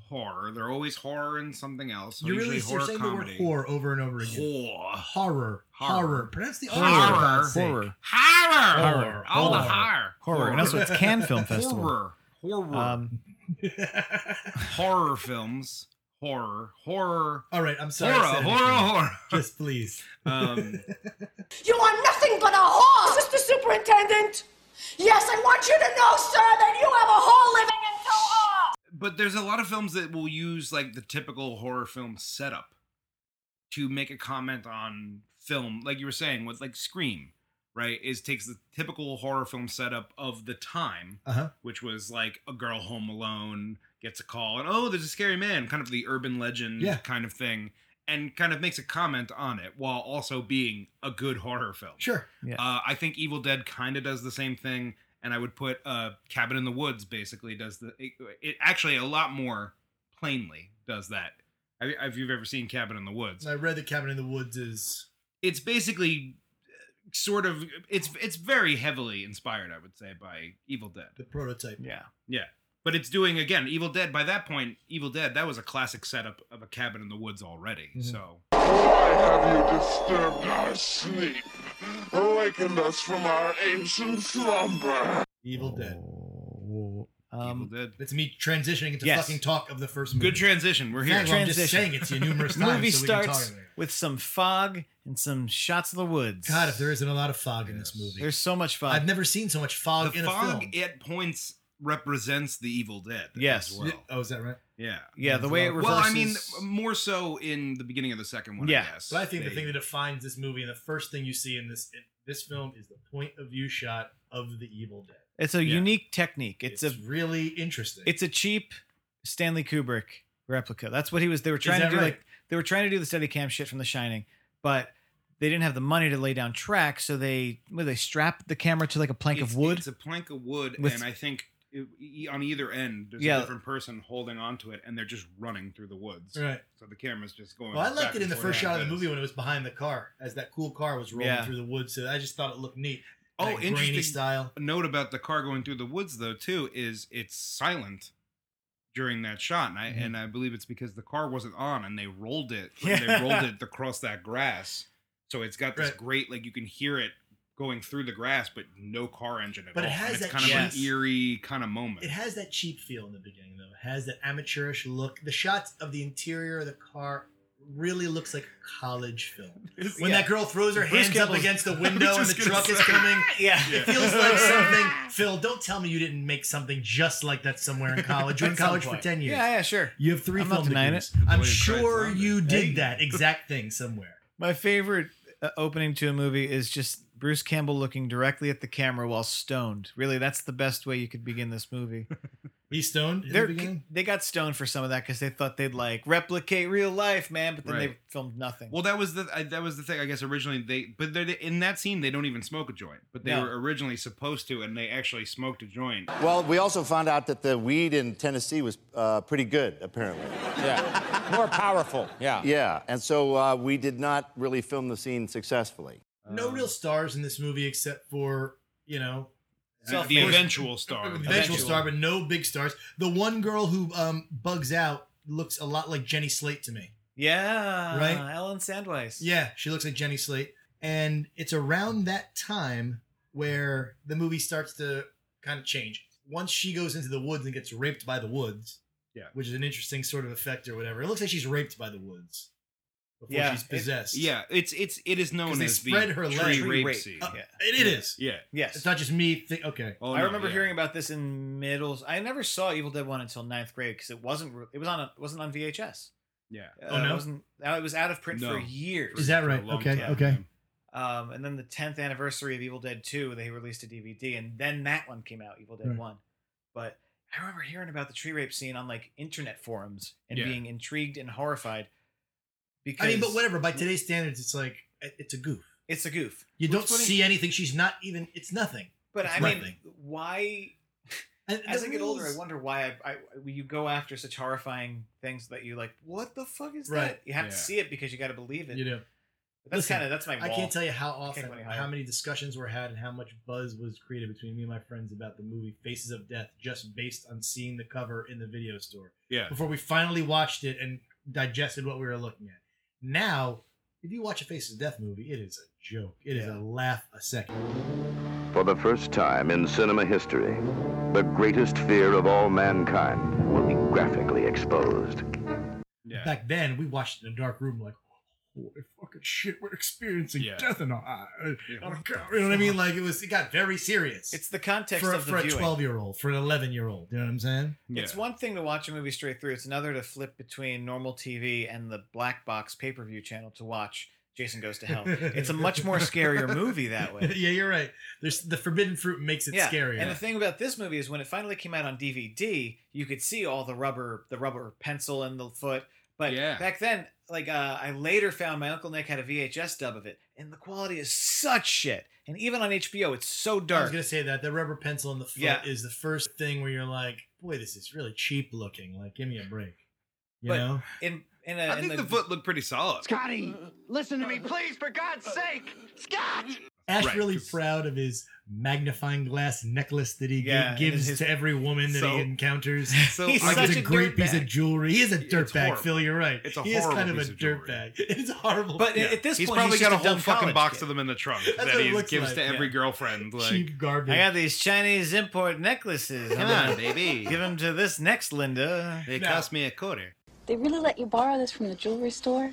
C: horror. They're always horror and something else.
B: You're
C: usually
B: really you're
C: horror
B: saying
C: comedy.
B: the word horror over and over again.
C: Horror.
B: Horror,
C: Horror.
B: horror. Pronounce the
C: Horror.
B: R for God's sake.
D: Horror.
C: Horror.
B: Horror.
C: All the
B: Horror.
C: horror.
D: Horror. And also it's Cannes Film Festival.
C: Horror. Horror.
D: Um,
C: horror films. Horror. Horror.
B: All right, I'm sorry. I
C: horror.
B: said it
C: Horror.
B: again.
C: Horror.
B: Just please.
C: Um,
I: You are nothing but a whore, Sister Superintendent. Yes, I want you to know, sir, that you have a whore living in two whores.
C: but there's a lot of films that will use like the typical horror film setup to make a comment on film like you were saying with like scream right is takes the typical horror film setup of the time
B: Uh huh.
C: which was like a girl home alone gets a call and oh there's a scary man kind of the urban legend
B: Yeah.
C: kind of thing and kind of makes a comment on it while also being a good horror film
B: Sure.
C: uh, I think Evil Dead kind of does the same thing, and I would put uh, Cabin in the Woods basically does the it, it actually a lot more plainly does that. I- If you've ever seen Cabin in the Woods,
B: I read that Cabin in the Woods is
C: it's basically uh, sort of it's it's very heavily inspired, I would say, by Evil Dead.
B: the prototype.
D: yeah.
C: But it's doing
D: Mm-hmm.
C: again Evil Dead. By that point, Evil Dead that was a classic setup of a cabin in the woods already.
B: Mhm.
C: So
K: Why have you disturbed our sleep? Awakened us from our ancient slumber.
B: Evil Dead.
D: Um,
C: Evil Dead.
B: It's me transitioning into
D: Yes.
B: fucking talk of the first movie.
C: Good transition. We're here.
B: Thank you. I'm just
D: Transition.
B: saying it to you numerous
D: the
B: times.
D: movie
B: so we can talk
D: starts
B: about it.
D: with some fog and some shots of the woods.
B: God, if there isn't a lot of fog in this movie.
D: there's so much fog.
B: I've never seen so much fog
C: the
B: in a
C: fog
B: film.
C: at points represents the Evil Dead.
D: Yes.
C: As well.
B: Oh, is that right?
C: Yeah.
D: yeah, the way it reverses.
C: Well, I mean, more so in the beginning of the second one.
D: Yeah.
C: I guess.
B: But I think the
C: They-
B: thing that defines this movie and the first thing you see in this in this film is the point of view shot of the Evil Dead.
D: it's a
C: yeah.
D: unique technique. It's,
B: It's,
D: a
B: really interesting.
D: it's a cheap Stanley Kubrick replica. That's what he was. They were trying
B: that
D: to do
B: right?
D: like they were trying to do the steady cam shit from The Shining, but they didn't have the money to lay down track, so they well, they strapped the camera to like a plank
C: it's,
D: of wood.
C: It's a plank of wood,
D: With-
C: and I think it- e- on either end, there's
D: Yeah.
C: a different person holding onto it, and they're just running through the woods.
B: right.
C: So the camera's just going.
B: Well, I liked
C: back
B: it in
C: and
B: the
C: forth
B: first
C: like
B: shot of the
C: this.
B: movie when it was behind the car, as that cool car was rolling
D: Yeah.
B: through the woods. So I just thought it looked neat.
C: Oh,
B: Like grainy
C: interesting.
B: style.
C: A note about the car going through the woods, though, too, is it's silent during that shot, and I
B: Mhm.
C: and I believe it's because the car wasn't on, and they rolled it.
D: Yeah.
C: They rolled it across that grass, so it's got this
B: Right.
C: great like you can hear it going through the grass, but no car engine at
B: But it
C: all. and
B: has
C: it's
B: that
C: kind of
D: jazz.
C: an eerie kind of moment.
B: It has that cheap feel in the beginning, though. It has that amateurish look. The shots of the interior of the car really looks like a college film. When that girl throws her
D: Bruce
B: hands up
D: Campbell's-
B: against the
C: I
B: window
C: was
B: and the
C: just gonna
B: truck is
C: say.
B: coming,
D: yeah.
C: Yeah.
B: it feels like something. Phil, don't tell me you didn't make something just like that somewhere in college. You're in
D: At some
B: college for
D: point.
B: ten years.
D: Yeah, yeah, sure.
B: You have three
D: I'm not
B: film
D: denying
B: degrees.
C: it.
B: I'm
C: Boy,
B: sure
C: Christ,
B: you
C: I'm
B: did
D: Hey.
B: that exact thing somewhere.
D: My favorite uh, opening to a movie is just Bruce Campbell looking directly at the camera while stoned. Really, that's the best way you could begin this movie.
B: He stoned in
D: They're-
B: the beginning.
D: they got stoned for some of that because they thought they'd like replicate real life, man, but then they
C: Right.
D: filmed nothing.
C: Well, that was the I, that was the thing. I guess originally they, but they're, in that scene they don't even smoke a joint, but they
D: No.
C: were originally supposed to, and they actually smoked a joint.
L: Well, we also found out that the weed in Tennessee was uh, pretty good, apparently.
M: Yeah. More powerful. Yeah.
L: Yeah, and so uh, we did not really film the scene successfully.
C: Um,
B: no real stars in this movie except for you know
C: The, the eventual star,
B: eventual, star, but no big stars. The one girl who um, bugs out looks a lot like Jenny Slate to me.
D: yeah.
B: Right?
D: Ellen Sandweiss.
B: Yeah, she looks like Jenny Slate, and it's around that time where the movie starts to kind of change. Once she goes into the woods and gets raped by the woods,
C: Yeah.
B: which is an interesting sort of effect or whatever. It looks like she's raped by the woods before
D: Yeah,
B: she's
D: it-
B: possessed.
C: Yeah, it's it's it is
B: 'Cause
C: known
B: they
C: as the
B: spread her
C: tree
B: legs.
C: rape,
D: Rape.
C: scene.
B: Uh, it, it is.
C: yeah.
D: Yes.
B: It's not just me. Thi- okay.
C: Oh,
D: I
C: no,
D: remember
C: yeah.
D: hearing about this in middle. I never saw Evil Dead One until ninth grade because it wasn't. re- It was on. A, it wasn't on VHS.
C: Yeah.
B: Oh, no?
D: it wasn't. uh, It was out of print
C: No.
D: for years.
B: Is that
C: For a
B: right?
C: long
B: Okay,
C: time.
B: okay.
D: Um, and then the 10th anniversary of Evil Dead 2, they released a DVD, and then that one came out, Evil Dead
B: Right.
D: 1. But I remember hearing about the tree rape scene on like internet forums and
C: Yeah.
D: being intrigued and horrified because
B: I mean, but whatever. By today's standards, it's like it- it's a goof.
D: it's a goof.
B: You
D: Well,
B: don't
D: it's funny-
B: see anything. She's not even. It's nothing.
D: But
B: it's
D: I mean,
B: nothing.
D: why?
B: And
D: As
B: the
D: I get older, I
B: rules-
D: wonder why I, I you go after such horrifying things that you like. What the fuck is
B: Right.
D: that? You have
C: Yeah.
D: to see it because you got to believe it.
B: You know,
D: But that's
B: Listen,
D: kind of that's my. Wall.
B: I can't tell you how
D: can't
B: often,
D: go any higher.
B: how many discussions were had, and how much buzz was created between me and my friends about the movie Faces of Death just based on seeing the cover in the video store
C: Yeah.
B: before we finally watched it and digested what we were looking at. Now, if you watch a Faces of Death movie, it is a joke. It is a laugh a second.
H: For the first time in cinema history, the greatest fear of all mankind will be graphically exposed.
C: Yeah.
B: Back then, we watched it in a dark room, like, holy fucking shit, we're experiencing
C: Yeah.
B: death in our eye.
C: Yeah.
B: Oh, God, you know what I mean? Like it was, it got very serious.
D: It's the context
B: for,
D: of the
B: for a
D: viewing.
B: twelve-year-old, for an eleven-year-old. You know what I'm saying?
C: Yeah.
D: It's one thing to watch a movie straight through. It's another to flip between normal TV and the black box pay per view channel to watch Jason Goes to Hell. it's a much more scarier movie that way.
B: yeah, you're right. There's the forbidden fruit makes it
D: yeah.
B: scarier.
D: And the thing about this movie is when it finally came out on DVD, you could see all the rubber, the rubber pencil and the foot. But
C: Yeah.
D: back then, like uh, I later found my uncle Nick had a VHS dub of it, and the quality is such shit. And even on HBO, it's so
B: I was
D: dark.
B: gonna say that the rubber pencil in the foot
D: Yeah.
B: is the first thing where you're like, boy, this is really cheap looking. Like, give me a break. You
D: But-
B: know?
D: In in a
C: I
D: in
C: think the, foot looked pretty solid.
M: Scotty, listen to me, please, for God's sake. Scott!
B: Ash
C: Right,
B: really
C: 'cause-
B: proud of his magnifying glass necklace that he gi-
D: Yeah, and
B: gives
D: his-
B: to every woman that
D: So-
B: he encounters.
D: so
B: he's
D: I-
B: such
D: He's
B: a
D: a
B: great piece of
D: dirtbag.
B: jewelry. He is a dirtbag,
D: horrible.
B: Phil. You're right.
D: It's a
B: he is
D: horrible
B: kind of a
D: piece of jewelry.
B: dirtbag. It's horrible.
D: But at this
C: he's
D: point,
C: probably
D: he's
C: got
D: just
C: a whole
D: dumb
C: fucking
D: college
C: box
D: kid.
C: of them in the trunk
D: That's
C: that
D: what it
C: he
D: looks
C: gives
D: like,
C: to every
D: yeah.
C: girlfriend. Like,
B: garbage.
D: I got these Chinese import necklaces.
C: Come
D: I'm
C: on,
D: gonna
C: baby.
D: Give them to this next Linda.
C: They No. cost me a quarter.
N: They really let you borrow this from the jewelry store?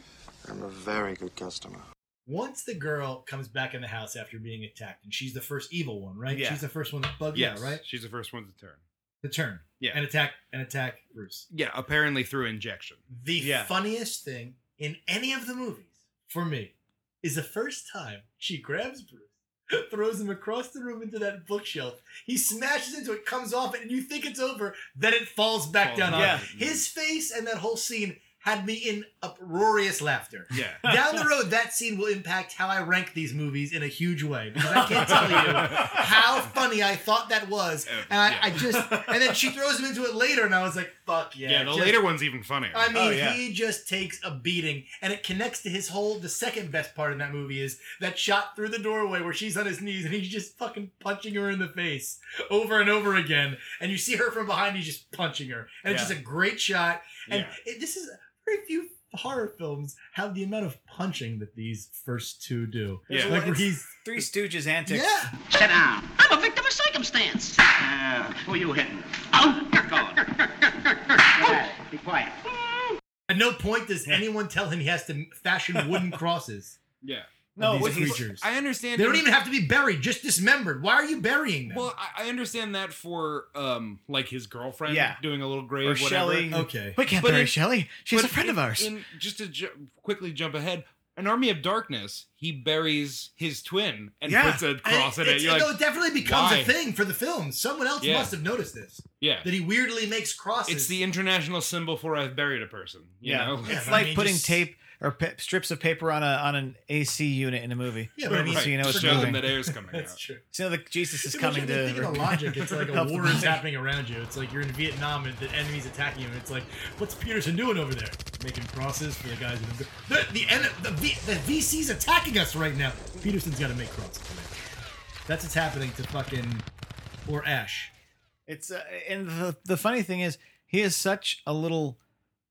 B: I'm a very good customer. Once the girl comes back in the house after being attacked, and she's the first evil one, right?
C: Yeah.
B: She's the first one that bugs
C: yes,
B: out, Oh, right?
C: She's the first one to turn.
B: The turn.
C: Yeah.
B: And attack and attack Bruce.
C: Yeah, apparently through injection.
B: The funniest thing in any of the movies for me is the first time she grabs Bruce, throws him across the room into that bookshelf. He smashes into it, comes off it, and you think it's over. Then it falls back
C: Falls
B: down on
C: down.
B: him. His face and that whole scene had me in uproarious laughter.
C: Yeah.
B: Down the road, that scene will impact how I rank these movies in a huge way because I can't tell you how funny I thought that was, and I, I just and then she throws him into it later, and I was like, "Fuck yeah!"
C: Yeah, the
B: just-
C: later one's even funnier.
B: I mean, he just takes a beating, and it connects to his whole. The second best part in that movie is that shot through the doorway where she's on his knees and he's just fucking punching her in the face over and over again, and you see her from behind. He's just punching her, and it's
C: Yeah.
B: just a great shot. And
C: Yeah.
B: it, this is very few horror films have the amount of punching that these first two do.
D: There's a
B: like
D: lot-
B: where
D: it's
B: he's
D: Three Stooges antics.
B: Yeah.
O: Sit down. I'm a victim of circumstance. Ah, who are you hitting? Oh, you're going. Be quiet.
B: At no point does anyone tell him he has to fashion wooden crosses.
C: Yeah.
B: No,
C: what
B: these
C: he's-
B: creatures.
C: I understand.
B: They don't
C: him-
B: even have to be buried, just dismembered. Why are you burying them?
C: Well, I, I understand that for um, like his girlfriend,
D: Yeah.
C: doing a little grave,
D: Or
C: whatever. Uh,
D: Shelley. Okay. We can't bury Shelley. She's
C: but
D: a friend of
C: in-
D: ours.
C: In, just to ju- quickly jump ahead, an army of darkness. He buries his twin and
B: Yeah.
C: puts a cross
B: And
C: in it.
B: it's-
C: You're
B: no,
C: like,
B: it definitely becomes
C: why?
B: a thing for the film. Someone else
C: Yeah.
B: must have noticed this.
C: Yeah,
B: That he weirdly makes crosses.
C: it's the international symbol for I've buried a person. You
D: Yeah.
C: know?
D: It's like putting tape or pa- strips of paper on a on an AC unit in a movie.
B: Yeah, but I mean,
D: so you know it's
C: show them
D: moving.
C: that air's coming out.
B: true.
D: So you know that Jesus is
B: If
D: coming
B: you
D: to.
B: think of the logic, it's like a
D: help the
B: war is
D: body.
B: happening around you. It's like you're in Vietnam and the enemy's attacking you. And it's like, what's Peterson doing over there? Making crosses for the guys. In the the the, en- the, v- the VC's attacking us right now. Peterson's got to make crosses. Man. That's what's happening to fucking or Ash.
D: It's uh, and the the funny thing is he is such a little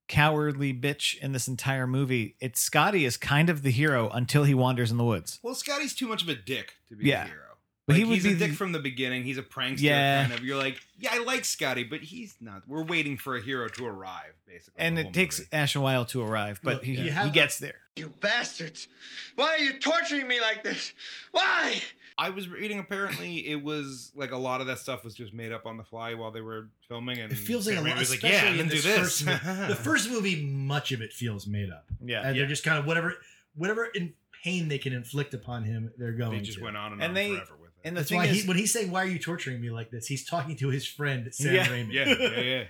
D: cowardly bitch in this entire movie. It's Scotty is kind of the hero until he wanders in the woods.
C: Well, Scotty's too much of a dick to be
D: Yeah.
C: a hero.
D: But
C: Like,
D: he would
C: he's
D: be
C: a dick
D: the-
C: from the beginning. He's a prankster
D: Yeah.
C: kind of. You're like, yeah, I like Scotty, but he's not. We're waiting for a hero to arrive, basically.
D: And it takes Ash a while to arrive, but
C: Look,
D: he,
C: you
D: he
C: have-
D: gets there.
P: You bastards! Why are you torturing me like this? Why?
C: I was reading apparently it was like a lot of that stuff was just made up on the fly while they were filming and
B: It feels like a
C: Sam
B: lot.
C: Raimi was like,
B: especially
C: yeah, and
B: in
C: then do
B: this
C: this.
B: first mo- the first movie, much of it feels made up.
D: Yeah.
B: and they're just kind of whatever, whatever in pain they can inflict upon him, they're going.
C: they just
B: to.
C: went on and,
D: And
C: on
D: they
C: forever with it.
D: and the
B: That's
D: thing
B: why
D: is
B: he, when he's saying, "Why are you torturing me like this?" He's talking to his friend Sam
D: yeah.
B: Raimi.
C: Yeah, yeah, yeah.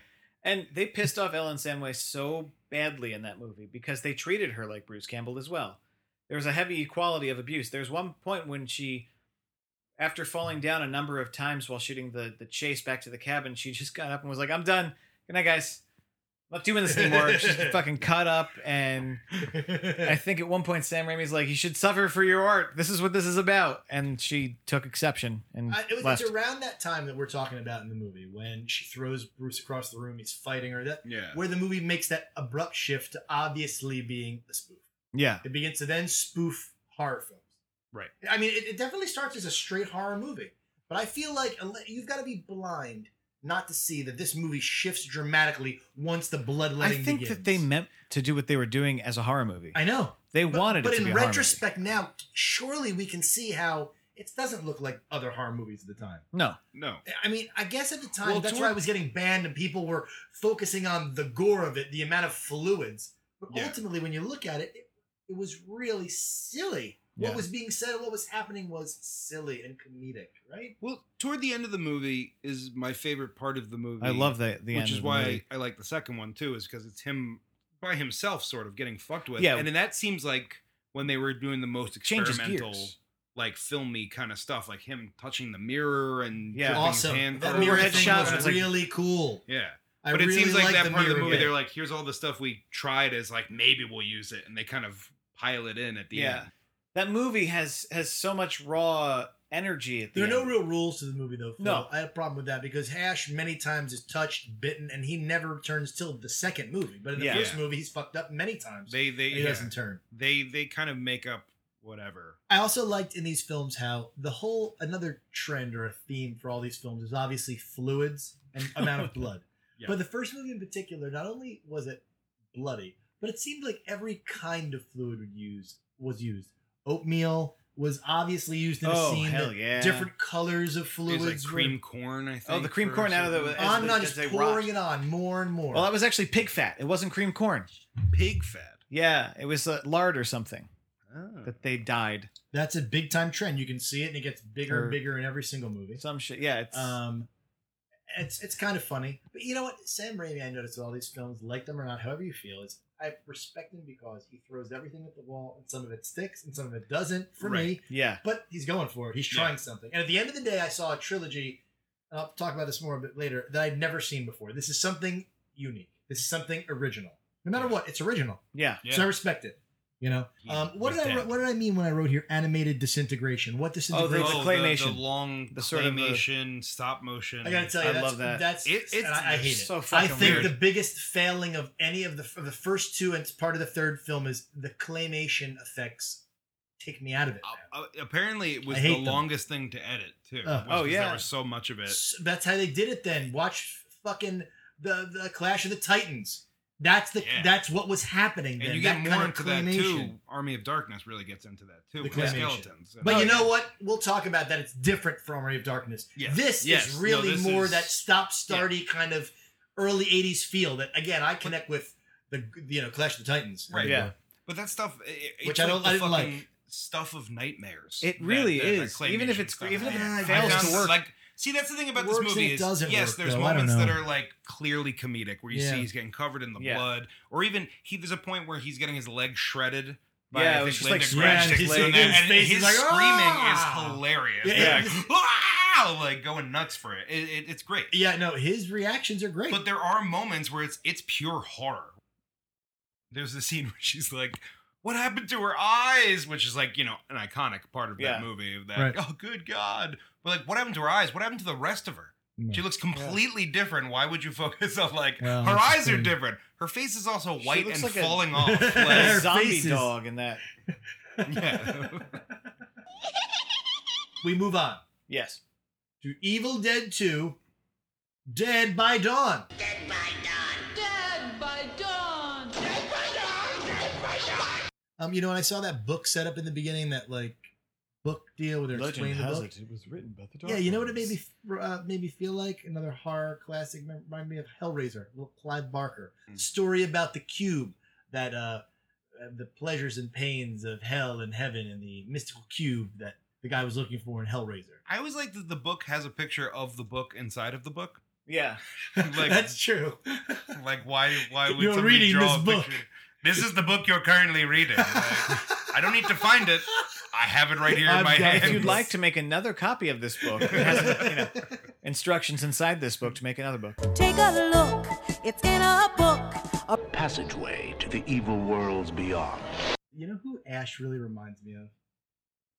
D: And they pissed off Ellen Samway so badly in that movie because they treated her like Bruce Campbell as well. There was a heavy equality of abuse. There's one point when she, after falling down a number of times while shooting the, the chase back to the cabin, she just got up and was like, I'm done. Good night, guys. I'm not doing this anymore. She's fucking cut up. And I think at one point, Sam Raimi's like, You should suffer for your art. This is what this is about. And she took exception
C: Uh,
D: and
B: I, it was
D: left.
B: it's around that time that we're talking about in the movie when she throws Bruce across the room. He's fighting her. That
C: Yeah.
B: where the movie makes that abrupt shift to obviously being a spoof.
D: yeah.
B: It begins to then spoof horror films.
C: Right.
B: I mean, it, it definitely starts as a straight horror movie, but I feel like unle- you've got to be blind not to see that this movie shifts dramatically once the
D: I
B: bloodletting
D: think
B: begins.
D: that they meant to do what they were doing as a horror movie.
B: I know.
D: They wanted
B: but
D: it to
B: in
D: be a horror movie.
B: retrospect now, surely we can see how it doesn't look like other horror movies at the time.
D: No.
C: No.
B: I mean, I guess at the time
C: Well,
B: that's
C: toward-
B: why it was getting banned, and people were focusing on the gore of it, the amount of fluids. But
C: Yeah.
B: ultimately, when you look at it, it, it was really silly. What
C: Yeah.
B: was being said, what was happening, was silly and comedic, right?
C: Well, toward the end of the movie is my favorite part of the movie.
D: I love the- the
C: which
D: end
C: is
D: of the
C: why
D: movie.
C: I, I like the second one too, is because it's him by himself, sort of getting fucked with.
D: Yeah.
C: and then that seems like when they were doing the most
D: Changes
C: experimental,
D: gears.
C: like filmy kind of stuff, like him touching the mirror and
D: Yeah.
C: flipping
D: Awesome.
C: his hand
D: That
C: forward.
D: mirror Overhead thing shots was was like-
B: really cool.
C: Yeah.
B: I
C: but it
B: really
C: seems like
B: like
C: that
B: the
C: part of the
B: mirror
C: movie, they're
B: bit.
C: like, here's all the stuff we tried as like maybe we'll use it, and they kind of pile it in at the
D: Yeah.
C: end.
D: that movie has has so much raw energy. At the
B: There are no
D: end.
B: real rules to the movie, though. Phil.
D: No.
B: I have a problem with that because Ash many times is touched, bitten, and he never turns till the second movie. But in the
C: Yeah.
B: first movie, he's fucked up many times.
C: They they
B: and he
C: yeah.
B: doesn't turn.
C: They they kind of make up whatever.
B: I also liked in these films how the whole another trend or a theme for all these films is obviously fluids and amount of blood.
C: Yeah.
B: But the first movie in particular, not only was it bloody, but it seemed like every kind of fluid would use was used. Oatmeal was obviously used in a
D: Oh,
B: scene.
D: hell
B: that
D: yeah.
B: Different colors of
C: There's
B: fluids.
C: like cream
B: were-
C: corn, I think.
D: Oh, the cream
C: for
D: corn out of the-
C: something.
D: as
B: on and on,
D: as
B: just
D: they
B: pouring
D: rot.
B: it on more and more.
D: Well, that was actually pig fat. It wasn't cream corn.
C: pig fat.
D: Yeah, it was uh, lard or something
C: Oh.
D: that they dyed.
B: That's a big time trend. You can see it, and it gets bigger
D: Or-
B: and bigger in every single movie.
D: Some shit. Yeah, it's
B: Um, it's it's kind of funny, but you know what? Sam Raimi, I noticed with all these films, like them or not, however you feel, is I respect him because he throws everything at the wall, and some of it sticks, and some of it doesn't. For me,
D: Right. Yeah.
B: but he's going for it. He's
D: Yeah.
B: trying something. And at the end of the day, I saw a trilogy. And I'll talk about this more a bit later that I'd never seen before. This is something unique. This is something original. No matter what, it's original.
D: Yeah.
B: So I respect it. You know, um, what did I wr- what did I mean when I wrote here animated disintegration?
D: Oh,
B: What disintegration?
C: the, The, long
D: The sort of the-
C: claymation, stop motion.
B: I gotta tell you, that's, That's
C: it, it's
B: and I, I hate
C: so
B: it. I
C: fucking
B: think
C: weird.
B: the biggest failing of any of the of the first two and it's part of the third film is the claymation effects take me out of it.
C: Uh, apparently, it was
B: I
C: the
B: hate them.
C: longest thing to edit too.
B: Oh.
C: was
B: Oh,
C: 'cause
B: yeah.
C: there was so much of it.
B: S- That's how they did it. Then watch fucking the the Clash of the Titans. That's the
C: Yeah.
B: that's what was happening.
C: And
B: then.
C: you get
B: that
C: more
B: kind
C: into
B: of
C: that
B: claymation.
C: too. Army of Darkness really gets into that too.
B: The
C: with the
B: claymation.
C: skeletons.
B: But you know what? We'll talk about that. It's different from Army of Darkness.
C: Yes.
B: This
C: Yes.
B: is
C: No,
B: really
C: this
B: more
C: is-
B: that stop starty kind of early '80s feel that again I connect with the you know Clash of the Titans.
C: Right.
B: Everywhere.
C: But that stuff, i- i- it's
B: Which I don't-
C: like
B: I
C: the
B: didn't
C: fucking
B: like.
C: stuff of nightmares.
D: It really
C: is.
D: is. Even if it's- even if it
B: fails to work.
C: Like, see, that's the thing about this
B: Works and it
C: movie is
B: doesn't
C: yes,
B: work,
C: there's
B: though. I don't
C: moments that
B: know.
C: are like clearly comedic where you
B: Yeah.
C: see he's getting covered in the
D: Yeah.
C: blood, or even he there's a point where he's getting his leg shredded. By,
D: Yeah,
C: I
D: it
C: think
D: was just
C: Linda
D: like
C: Grash's
D: scratched his
C: leg, and,
D: leg. His
C: and
D: face
C: his
D: is like,
C: screaming
D: "Ah!"
C: is hilarious.
B: Yeah,
C: Yeah,
B: yeah.
C: like, "Ah!" like going nuts for it. It- it. It's great.
B: Yeah, no, his reactions are great.
C: But there are moments where it's it's pure horror. There's the scene where she's like, "What happened to her eyes?" Which is like you know an iconic part of
D: Yeah.
C: that movie. Of that,
B: Right.
C: oh good god! But like, what happened to her eyes? What happened to the rest of her?
B: Yeah.
C: She looks completely different. Why would you focus on like
B: Well,
C: her
B: Mm. that's
C: eyes
B: the
C: are
B: thing.
C: different? Her face is also white
D: looks
C: and
D: like a-
C: falling off.
D: a
C: Like,
D: zombie
B: faces.
D: dog in that.
C: yeah.
B: we move on
D: Yes.
B: to Evil Dead 2, Dead by Dawn.
I: Dead by dawn. Dead by dawn. Dead by dawn.
B: Um, you know, when I saw that book set up in the beginning, that like book deal where they're explaining the book.
D: was written by the
B: Yeah, you know what it made me f- uh, made me feel like another horror classic. Rem- Remind me of Hellraiser, little Clive Barker
C: Hmm.
B: story about the cube that uh, uh, the pleasures and pains of hell and heaven and the mystical cube that the guy was looking for in Hellraiser.
C: I always like that the book has a picture of the book inside of the book.
D: Yeah.
C: Like-
B: That's true.
C: Like why why would
B: You're
C: somebody
B: reading
C: draw
B: this
C: a
B: book.
C: picture? This is the book you're currently reading. Like, I don't need to find it. I have it right here in
D: I've
C: my
D: got-
C: hand.
D: If you'd like to make another copy of this book, it has you know, instructions inside this book to make another book.
Q: Take a look, it's in a book.
H: A passageway to the evil worlds beyond.
B: You know who Ash really reminds me of?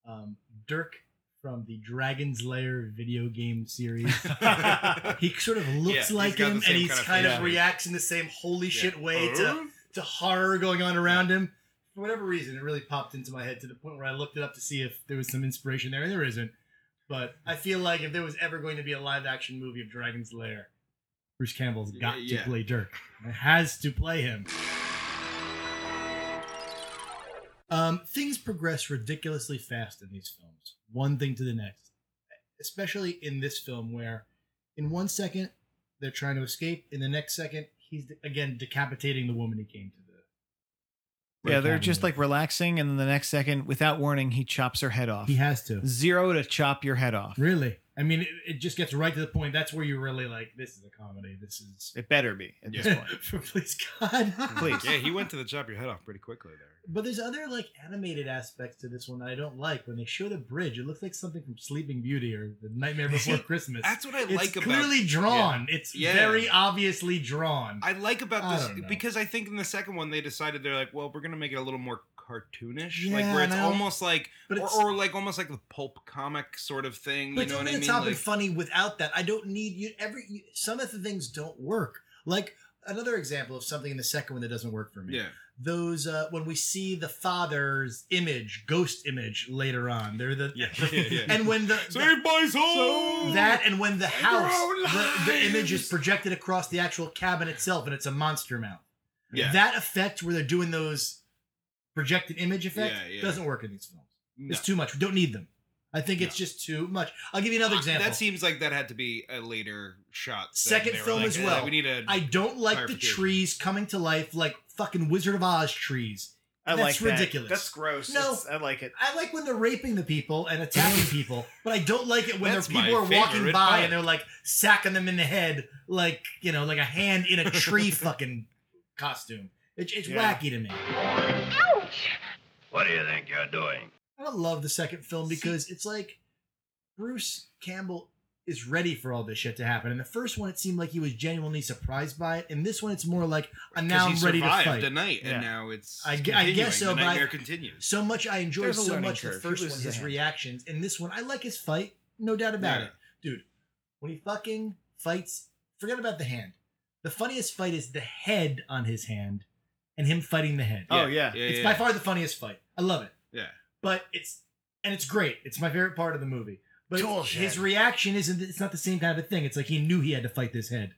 B: Um, Dirk from the Dragon's Lair video game series. he sort of
C: Yeah,
B: looks
C: he's
B: like
C: got
B: him,
C: the
B: and
C: same
B: he's
C: kind of
B: kind of,
C: face. Oh.
B: reacts in the same holy shit way
C: Huh?
B: to, to horror going on around him. For whatever reason, it really popped into my head to the point where I looked it up to see if there was some inspiration there, and there isn't. But I feel like if there was ever going to be a live action movie of Dragon's Lair, Bruce Campbell's got
C: Yeah, yeah.
B: to play Dirk. It has to play him. Um, things progress ridiculously fast in these films, one thing to the next. Especially in this film, where in one second they're trying to escape, in the next second he's again decapitating the woman he came to the.
D: Yeah, they're just like relaxing, and then the next second, without warning, he chops her head off.
B: He has to.
D: Zero to chop your head off.
B: Really, I mean, it, it just gets right to the point. That's where you're really like, this is a comedy. This is
D: It better be at this point.
B: please God,
C: Oh.
D: Please.
C: Yeah, he went to the chop your head off pretty quickly there.
B: But there's other like animated aspects to this one that I don't like. When they show the bridge, it looks like something from Sleeping Beauty or The Nightmare Before Christmas.
C: That's what I
B: it's
C: like about
B: clearly drawn.
C: Yeah.
B: It's
C: Yeah.
B: very obviously drawn.
C: I like about
B: I
C: this
B: don't know.
C: because I think in the second one they decided they're like, well, we're gonna make it a little more cartoonish,
B: Yeah,
C: like where
B: I
C: it's
B: know.
C: almost like,
B: But
C: or,
B: it's-
C: or like almost like the pulp comic sort of thing.
B: But
C: you know what I
B: it's
C: mean?
B: not been
C: Like-
B: funny without that. I don't need you. Every you, some of the things don't work. Like another example of something in the second one that doesn't work for me.
C: Yeah.
B: Those uh, when we see the father's image, ghost image later on. They're the
C: yeah, yeah.
B: and when the
C: Save my soul!
B: that and when the
C: Grow
B: house the, the image is projected across the actual cabin itself and it's a monster mouth.
C: Yeah.
B: That effect where they're doing those projected image effect
C: Yeah, yeah.
B: doesn't work in these films.
C: No.
B: It's too much. We don't need them. I think it's just too much. I'll give you another
C: Uh,
B: example.
C: That seems like that had to be a later shot. that
B: Second
C: they were
B: film
C: like,
B: as
C: "Eh,
B: well.
C: We need a.
B: I don't like the
C: clarification."
B: trees coming to life like fucking Wizard of Oz trees.
D: I
B: That's
D: like that.
B: ridiculous.
D: That's gross.
B: No,
D: It's- I like it.
B: I like when they're raping the people and attacking people, but I don't like it when there
D: That's my
B: people are walking by
D: favorite part.
B: and they're like sacking them in the head, like you know, like a hand in a tree fucking costume. It, it's
R: Yeah.
B: wacky to me.
R: What do you think you're doing?
B: I don't love the second film because it's like Bruce Campbell is ready for all this shit to happen. In the first one, it seemed like he was genuinely surprised by it. In this one, it's more like I'm
C: 'Cause
B: now
C: he
B: I'm ready to
C: survived
B: fight.
C: the night, and
B: Yeah.
C: now it's.
B: I, gu- I guess so, but
C: continuing. the nightmare
B: I,
C: continues.
B: so much I enjoyed
C: There's a
B: so
C: learning
B: much the
C: curve. He
B: first one,
C: loses a
B: his
C: hand.
B: reactions. In this one, I like his fight, no doubt about
C: Yeah.
B: it, dude. When he fucking fights, forget about the hand. The funniest fight is the head on his hand, and him fighting the head.
D: Oh, Yeah. yeah. Yeah,
B: it's
D: yeah,
B: by
D: yeah.
B: far the funniest fight. I love it
C: Yeah.
B: but it's and it's great. It's my favorite part of the movie. But
C: Tool shed.
B: his reaction isn't. It's not the same kind of a thing. It's like he knew he had to fight this head,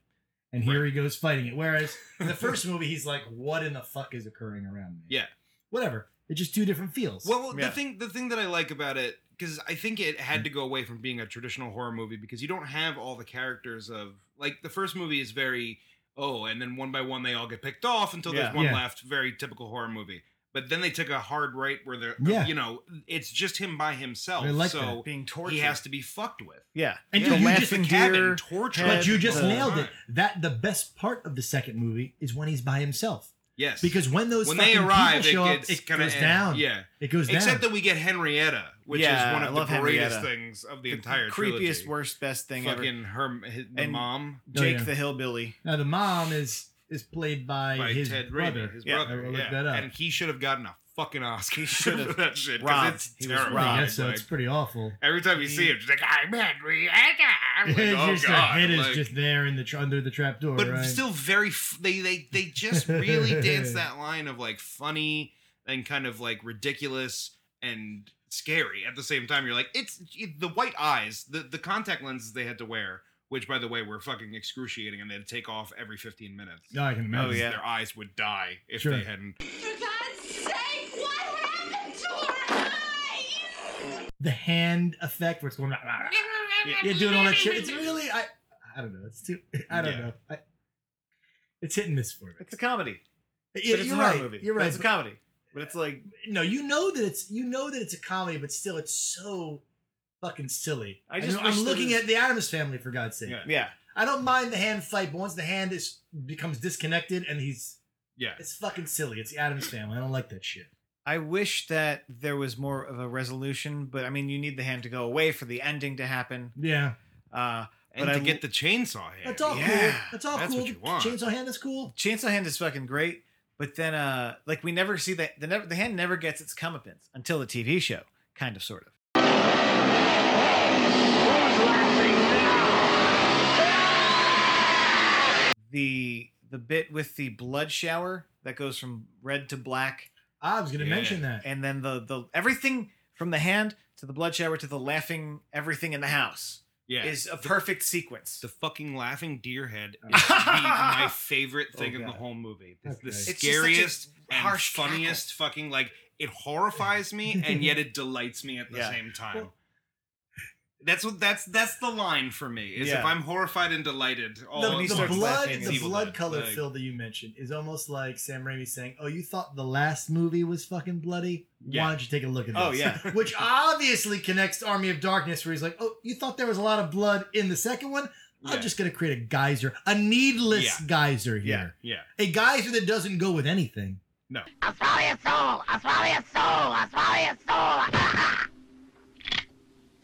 B: and here he goes fighting it. Whereas in the first movie, he's like, "What in the fuck is occurring around me?"
C: Yeah.
B: Whatever. It's just two different feels.
C: Well, well, the thing the thing that I like about it because I think it had to go away from being a traditional horror movie because you don't have all the characters of like the first movie is very oh and then one by one they all get picked off until
D: Yeah.
C: there's one
D: Yeah.
C: left very typical horror movie. But then they took a hard right where they're
D: Yeah.
C: you know it's just him by himself
D: I like
C: so
D: that. Being tortured.
C: he has to be fucked with.
D: Yeah.
B: And dude,
C: Yeah. The
B: you just
C: laughing deer, torture
B: But you just
C: the whole
B: nailed it.
C: time.
B: That the best part of the second movie is when he's by himself.
C: Yes.
B: Because when those
C: when
B: fucking
C: they arrive,
B: people show
C: it
B: up,
C: gets
B: it
C: kinda
B: goes
C: end-
B: down.
C: Yeah,
B: It goes down.
C: Except that we get Henrietta, which
D: Yeah,
C: is one
D: I
C: of
D: love
C: the greatest
D: Henrietta.
C: things of the,
D: The
C: entire trilogy.
D: creepiest, worst, best thing ever.
C: Fucking her, his, the
D: And
C: mom,
B: Oh,
D: Jake the Hillbilly.
B: Now the mom is is played by,
C: by
B: his
C: Ted
B: brother.
C: Raimi, his
B: Yeah, I
C: brother.
B: looked
C: Yeah.
B: that up.
C: And he should have gotten a fucking Oscar. He
D: should have.
C: that shit. 'cause
D: Robbed.
C: It's
D: He was
C: terrible.
D: robbed.
B: Yeah, so it's pretty awful.
C: Every time you see him, just like "Oh, I'm Henrietta. I'm like,
B: It's
C: oh
B: just her
C: god.
B: head is
C: like-
B: just there in the tr- under the trap door,
C: but
B: right?
C: still very f- they they they just really dance that line of like funny and kind of like ridiculous and scary at the same time you're like it's the white eyes the the contact lenses they had to wear which by the way were fucking excruciating and they had to take off every 15 minutes
B: No, I can
D: Oh,
B: imagine.
C: Because their eyes would die if
B: Sure.
C: they hadn't
B: the hand effect where it's going. Rah, rah, rah. You're doing all that shit. It's really I I don't know. It's too I don't
D: Yeah.
B: know. I, it's hit and miss for me.
D: It's a comedy.
B: Yeah,
D: But it's
B: you're
D: a horror
B: right.
D: movie.
B: You're
D: But
B: right,
D: It's a
B: but-
D: comedy. But it's like
B: No, you know that it's you know that it's a comedy, but still, it's so fucking silly.
D: I just
B: I'm,
D: wish there
B: looking
D: was-
B: at the Adams family for God's sake.
D: Yeah. Yeah.
B: I don't mind the hand fight, but once the hand is becomes disconnected and he's
C: yeah,
B: it's fucking silly. It's the Adams family. I don't like that shit.
D: I wish that there was more of a resolution, but I mean, you need the hand to go away for the ending to happen.
B: Yeah.
D: Uh,
C: and
D: but
C: to
D: I
C: get the chainsaw hand
B: That's all cool.
D: Yeah.
B: That's all
D: That's
B: cool.
D: what you want.
B: Chainsaw hand is cool.
D: chainsaw hand is fucking great, but then uh, like we never see that the never, the hand never gets its comeuppance until the TV show, kind of, sort of. The the bit with the blood shower that goes from red to black.
B: I was gonna mention that.
D: And then the the everything from the hand to the blood shower to the laughing everything in the house.
C: Yeah.
D: Is a perfect sequence.
C: The fucking laughing deer head is the- my favorite
D: Oh,
C: thing in the
D: God.
C: whole movie. It's the
D: Okay. It's just such a
C: scariest, and
D: harsh
C: funniest fucking like it horrifies me and yet it delights me at the
D: Yeah.
C: same time.
D: Well-
C: that's what that's that's the line for me. Is if
D: Yeah.
C: I'm horrified and delighted, all
B: the,
C: at
B: the
C: once.
B: blood, the
C: Evil
B: blood
C: Dead,
B: color
C: like,
B: fill that you mentioned is almost like Sam Raimi saying, "Oh, you thought the last movie was fucking bloody? Why
D: Yeah.
B: don't you take a look at this?"
D: Oh, yeah.
B: which obviously connects to Army of Darkness, where he's like, "Oh, you thought there was a lot of blood in the second one? I'm just gonna create a geyser, a needless
C: Yeah.
B: geyser here,
C: Yeah.
B: a geyser that doesn't go with anything."
C: No.
R: I'll swallow your soul. I'll swallow your soul. I'll swallow your soul.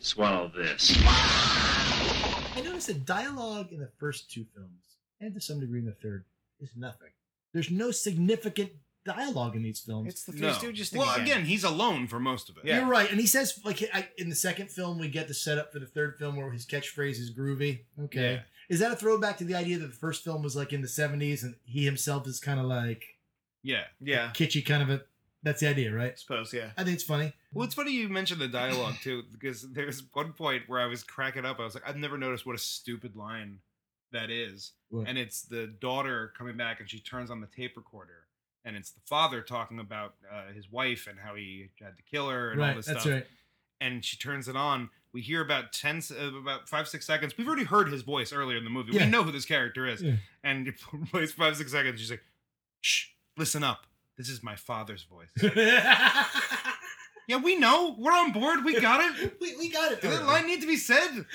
R: swallow this.
B: I noticed that dialogue in the first two films, and to some degree in the third, is nothing. There's no significant dialogue in these films.
D: It's the Three Stooges thing
C: Well,
D: again.
C: again. he's alone for most of it.
B: You're right, and he says like I, in the second film we get the setup for the third film where his catchphrase is groovy. Okay,
C: Yeah.
B: is that a throwback to the idea that the first film was like in the '70s and he himself is kind of like
C: Yeah.
D: Yeah.
B: kitschy, kind of a. That's the idea, right?
D: suppose, yeah.
B: I think it's funny.
C: Well, it's funny you mentioned the dialogue too, because there's one point where I was cracking up. I was like, I've never noticed what a stupid line that is.
B: What?
C: And it's the daughter coming back and she turns on the tape recorder. And it's the father talking about uh, his wife and how he had to kill her and all
B: Right,
C: this
B: that's
C: stuff.
B: right.
C: And she turns it on. We hear about ten, s- uh, about five, six seconds. We've already heard his voice earlier in the movie.
B: Yeah.
C: We know who this character is.
B: Yeah.
C: And it plays five, six seconds. She's like, "Shh, listen up. This is my father's voice." Yeah, we know. We're on board. We got it.
B: we, we got it.
C: Did that line need to be said?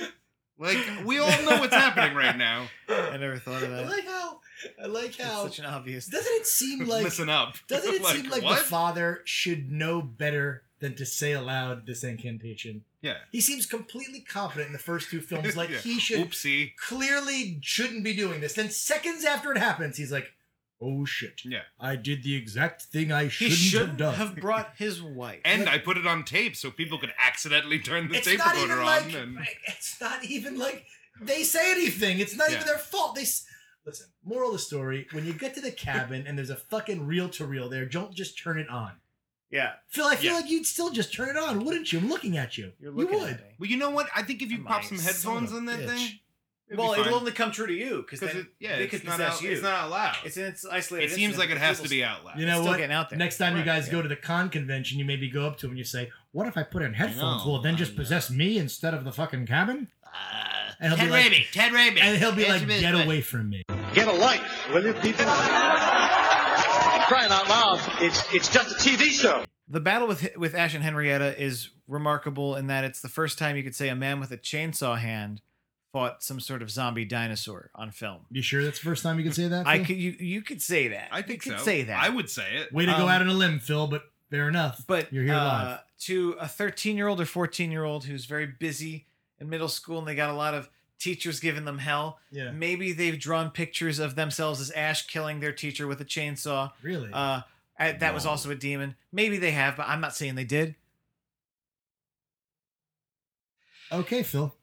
C: Like, we all know what's happening right now.
D: I never thought of
B: I
D: that.
B: like how. I like
D: It's
B: how.
D: such an obvious.
B: doesn't it seem like?
C: Listen up.
B: Doesn't it seem like
C: what?
B: the father should know better than to say aloud this incantation?
C: yeah.
B: He seems completely confident in the first two films, like
C: Yeah.
B: he should
C: Oopsie.
B: clearly shouldn't be doing this. Then seconds after it happens, he's like, "Oh shit,
C: Yeah.
B: I did the exact thing I
D: He
B: shouldn't have
D: should
B: done."
D: have brought his wife.
C: And I put it on tape so people could accidentally turn the
B: it's
C: tape
B: not
C: recorder
B: even
C: on.
B: like
C: and
B: it's not even like they say anything. It's not
C: Yeah.
B: even their fault. They s- listen. Moral of the story: When you get to the cabin and there's a fucking reel to reel there, don't just turn it on.
D: yeah.
B: Phil, I feel
C: Yeah.
B: like you'd still just turn it on, wouldn't you? I'm looking at you.
D: You're looking
B: you would.
D: at me.
C: Well, you know what? I think if you
D: Am I
C: pop some
D: a
C: headphones
D: son
C: on
D: of
C: that
D: a
C: thing,
D: bitch?
C: it'd
D: Well,
C: be
D: it'll
C: fine.
D: only come true to you because
C: because it, yeah,
D: they
C: it's
D: could
C: not
D: possess
C: out,
D: you.
C: it's not allowed.
D: It's it's isolated.
C: it seems
D: incident,
C: like it
D: but
C: has to
D: people
C: be out loud.
B: You know
D: still
B: what?
D: getting out there.
B: Next time you
D: Right,
B: guys
D: yeah.
B: go to the con convention, you maybe go up to him and you say, "What if I put in headphones?
C: know,
B: Will it then
C: I
B: just
C: know.
B: possess me instead of the fucking cabin?"
D: Uh,
B: and he'll
C: Ted
B: be like,
C: Raimi, Ted Raimi.
B: and he'll be
C: That's
B: like,
C: a bit-
B: "Get away from me."
P: Get a life, will you, people? Crying out loud, it's it's just a TV show.
D: The battle with with Ash and Henrietta is remarkable in that it's the first time you could say a man with a chainsaw hand fought some sort of zombie dinosaur on film.
B: You sure that's the first time you can say that?
D: I
B: Phil?
D: could you you could say that.
C: I think
D: you could
C: so.
D: say that.
C: I would say it.
B: Way to go
D: um,
B: out on a limb, Phil. But fair enough.
D: but
B: you're here
D: uh,
B: live.
D: to a 13 year old or 14 year old who's very busy in middle school and they got a lot of teachers giving them hell.
B: Yeah.
D: Maybe they've drawn pictures of themselves as Ash killing their teacher with a chainsaw.
B: Really?
D: Uh, I- that was
L: No.
D: also a demon. Maybe they have, but I'm not saying they did.
B: okay, Phil.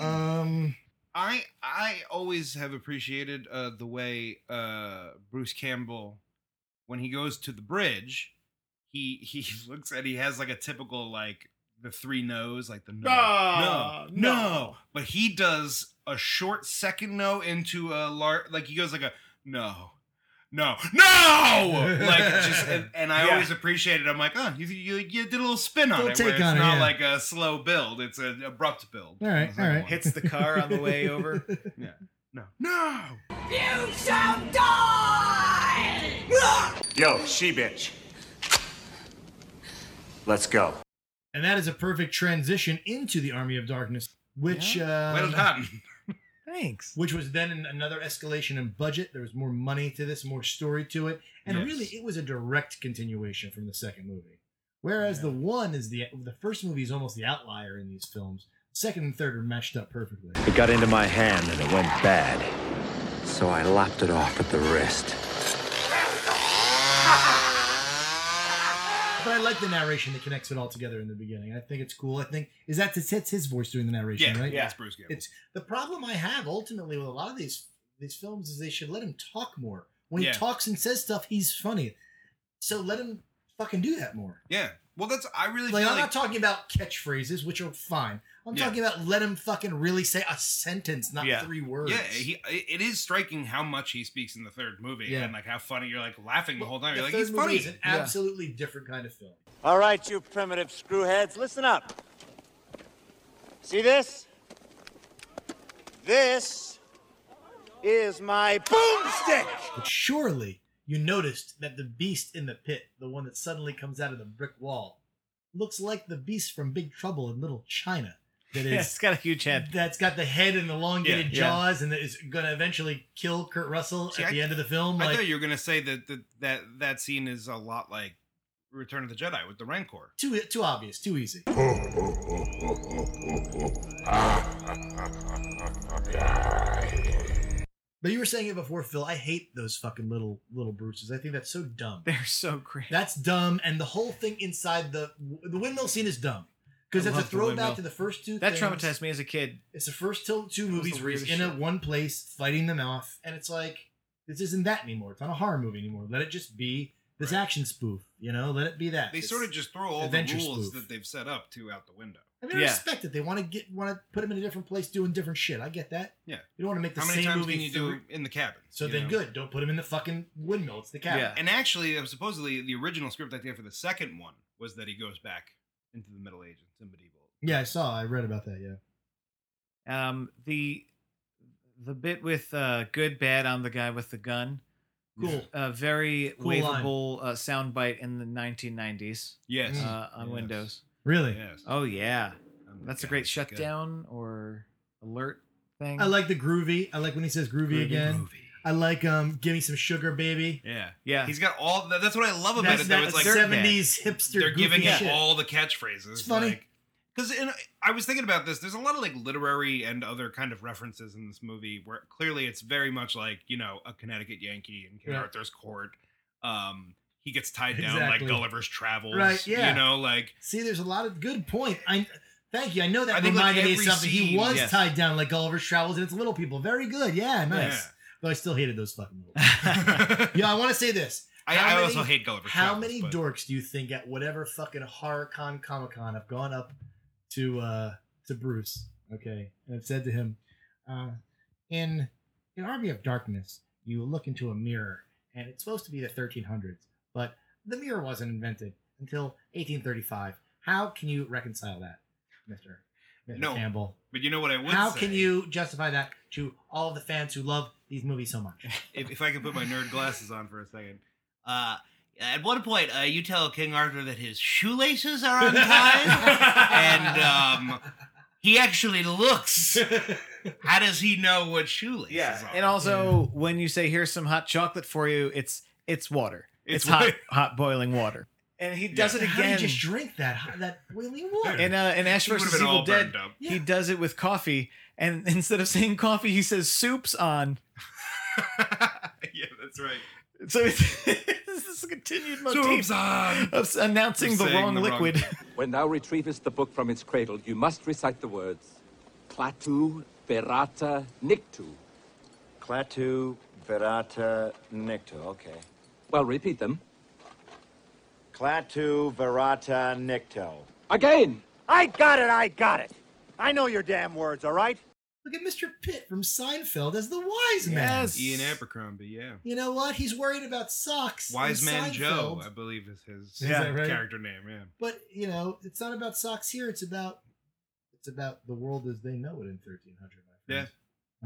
B: Um,
C: I I always have appreciated uh, the way uh, Bruce Campbell, when he goes to the bridge, he he looks and he has like a typical like the three no's, like the no,
D: Ah,
C: no, no, But he does a short second no into a lar like he goes like a no. No, no, like just, and, and I
D: Yeah.
C: always appreciate it. I'm like, oh, you, you, you did a little spin on
B: Little
C: it. where
B: take
C: it's
B: on it,
C: not
B: yeah.
C: like a slow build; it's an abrupt build.
B: All right,
C: It's like
B: all right.
C: one.
D: Hits the car on the way over.
C: No. No.
I: You shall die! Ah!
M: Yo, she bitch. Let's go.
B: and that is a perfect transition into the Army of Darkness, which
C: Well
B: um,
C: done.
D: Thanks.
B: which was then an- another escalation in budget. There was more money to this, more story to it, and
C: Yes.
B: really, it was a direct continuation from the second movie. Whereas the one is the the first movie is almost the outlier in these films. Second and third are meshed up perfectly.
S: It got into my hand and it went bad. So I lopped it off at the wrist.
B: But I like the narration that connects it all together in the beginning. I think it's cool. I think is that it's, it's his voice doing the narration,
C: Yeah,
B: right?
C: yeah, it's Bruce Campbell.
B: It's the problem I have ultimately with a lot of these these films is they should let him talk more. When
C: Yeah.
B: he talks and says stuff, he's funny. So let him fucking do that more.
C: yeah. Well, that's I really
B: Like
C: feel
B: I'm not
C: like
B: talking about catchphrases, which are fine. I'm
C: Yeah.
B: talking about let him fucking really say a sentence, not
D: Yeah.
B: three words.
C: yeah, he, it is striking how much he speaks in the third movie,
B: Yeah.
C: and like how funny you're like laughing the whole time.
B: The
C: You're like,
B: third
C: he's
B: movie
C: funny.
B: is an absolutely different kind of film.
S: All right, you primitive screwheads, listen up. See this? This is my boomstick!
B: But surely you noticed that the beast in the pit, the one that suddenly comes out of the brick wall, looks like the beast from Big Trouble in Little China. That
D: Yeah, it's
B: is
D: got a huge head.
B: that's got the head and the elongated
D: Yeah, yeah.
B: jaws, and that is going to eventually kill Kurt Russell
C: See,
B: at
C: I-
B: the end of the film.
C: I
B: Like
C: thought you were gonna say that, that that that scene is a lot like Return of the Jedi with the Rancor.
B: too too obvious, too easy. But you were saying it before, Phil. I hate those fucking little little Bruces. I think that's so dumb.
D: They're so crazy.
B: That's dumb, and the whole thing inside the the windmill scene is dumb because
D: I
B: that's a
D: love the
B: throwback
D: windmill.
B: to the first two.
D: That
B: things.
D: traumatized me as a kid.
B: It's the first till two movies
D: the
B: where he's in
D: weirdest
B: a
D: shit.
B: one place fighting them off, and it's like this isn't that anymore. It's not a horror movie anymore. Let it just be this action spoof. You know, let it be that.
C: They
B: It's
C: sort of just throw all the
B: adventure
C: rules
B: spoof.
C: that they've set up to out the window.
B: And I respect it. They want to get want to put him in a different place doing different shit. I get that.
C: Yeah.
B: You don't want to make the
C: How many
B: same
C: times
B: movie
C: can you
B: three-
C: do in the cabin?
B: So
C: you
B: then,
C: know?
B: good. Don't put him in the fucking windmill. It's the cabin.
C: And actually, uh, supposedly the original script idea for the second one was that he goes back into the Middle Ages and medieval.
B: Yeah, I saw. I read about that. Yeah.
D: Um, the the bit with uh, good bad on the guy with the gun.
B: Cool.
D: Uh, very
B: Cool line. Mm.
D: waveable uh, soundbite in the 1990s.
C: Yes.
D: Uh, on
C: Yes.
D: Windows.
B: Really?
C: Yes.
D: Oh yeah.
C: Um,
D: That's a
C: yeah,
D: great
C: it's good.
D: shutdown or alert thing.
B: I like the groovy. I like when he says groovy,
D: Groovy,
B: again. I like um, give me some sugar, baby.
C: Yeah.
D: Yeah.
C: He's got all. That's what I love about
B: That's
C: it. Though
B: that
C: it's like
B: 70s hipster
C: They're giving
B: goofy
C: him
B: shit.
C: all the catchphrases.
B: It's funny.
C: Because I was thinking about this. There's a lot of like literary and other kind of references in this movie where clearly it's very much like you know a Connecticut Yankee in King
B: Yeah.
C: Arthur's court. Um, he gets tied down
B: Exactly.
C: like Gulliver's Travels.
B: Right, yeah.
C: You know, like
B: See, there's a lot of good point. I thank you. I know that
C: I think, like,
B: reminded me of
C: every
B: something. he
C: scene-
B: was
C: Yes.
B: tied down like Gulliver's Travels, and it's Little People. Very good. Yeah, nice.
C: Yeah.
B: Though I still hated those fucking movies. yeah, I want to say this.
C: I-
B: How
C: I also hate Gulliver's
B: How
C: Travels,
B: many
C: but-
B: dorks do you think at whatever fucking horror con comic con have gone up to uh to Bruce? Okay, and have said to him, uh, in in Army of Darkness, you look into a mirror, and it's supposed to be the 1300s, but the mirror wasn't invented until 1835. How can you reconcile that, Mister
C: No,
B: Campbell?
C: But you know what I would
B: How
C: say?
B: can you justify that to all the fans who love these movies so much?
T: if, if I could put my nerd glasses on for a second. Uh, at one point, uh, you tell King Arthur that his shoelaces are untied, and um, he actually looks. How does he know what shoelaces are?
D: And also, when you say "here's some hot chocolate for you," it's it's water. It's,
T: It's
D: hot,
T: water.
D: hot boiling water. And he does it
B: How do you
D: again.
B: just drink that that boiling water?
D: In uh, in Ash
B: He would've
D: vs
B: been
D: Evil
B: all
D: Dead,
B: burned up.
D: he does it with coffee, and instead of saying coffee, he says soups on.
C: yeah, that's right.
D: So it's, this is a continued motif
C: Soups on.
D: of s- announcing the wrong liquid.
U: when thou retrievest the book from its cradle, you must recite the words Clatu Verata Nictu.
S: Clatu verata nictu. Okay.
U: Well, repeat them.
S: Clatu verata nicto.
U: Again!
S: I got it. I got it. I know your damn words. All right.
B: Look at Mr. Pitt from Seinfeld as the wise man.
C: Ian Abercrombie. Yeah.
B: You know what? He's worried about socks. in
C: Wise Man Joe,
B: Seinfeld,
C: I believe is his
B: Is that right?
C: character name. Yeah.
B: But you know, it's not about socks here. It's about it's about the world as they know it in 1300. my friend.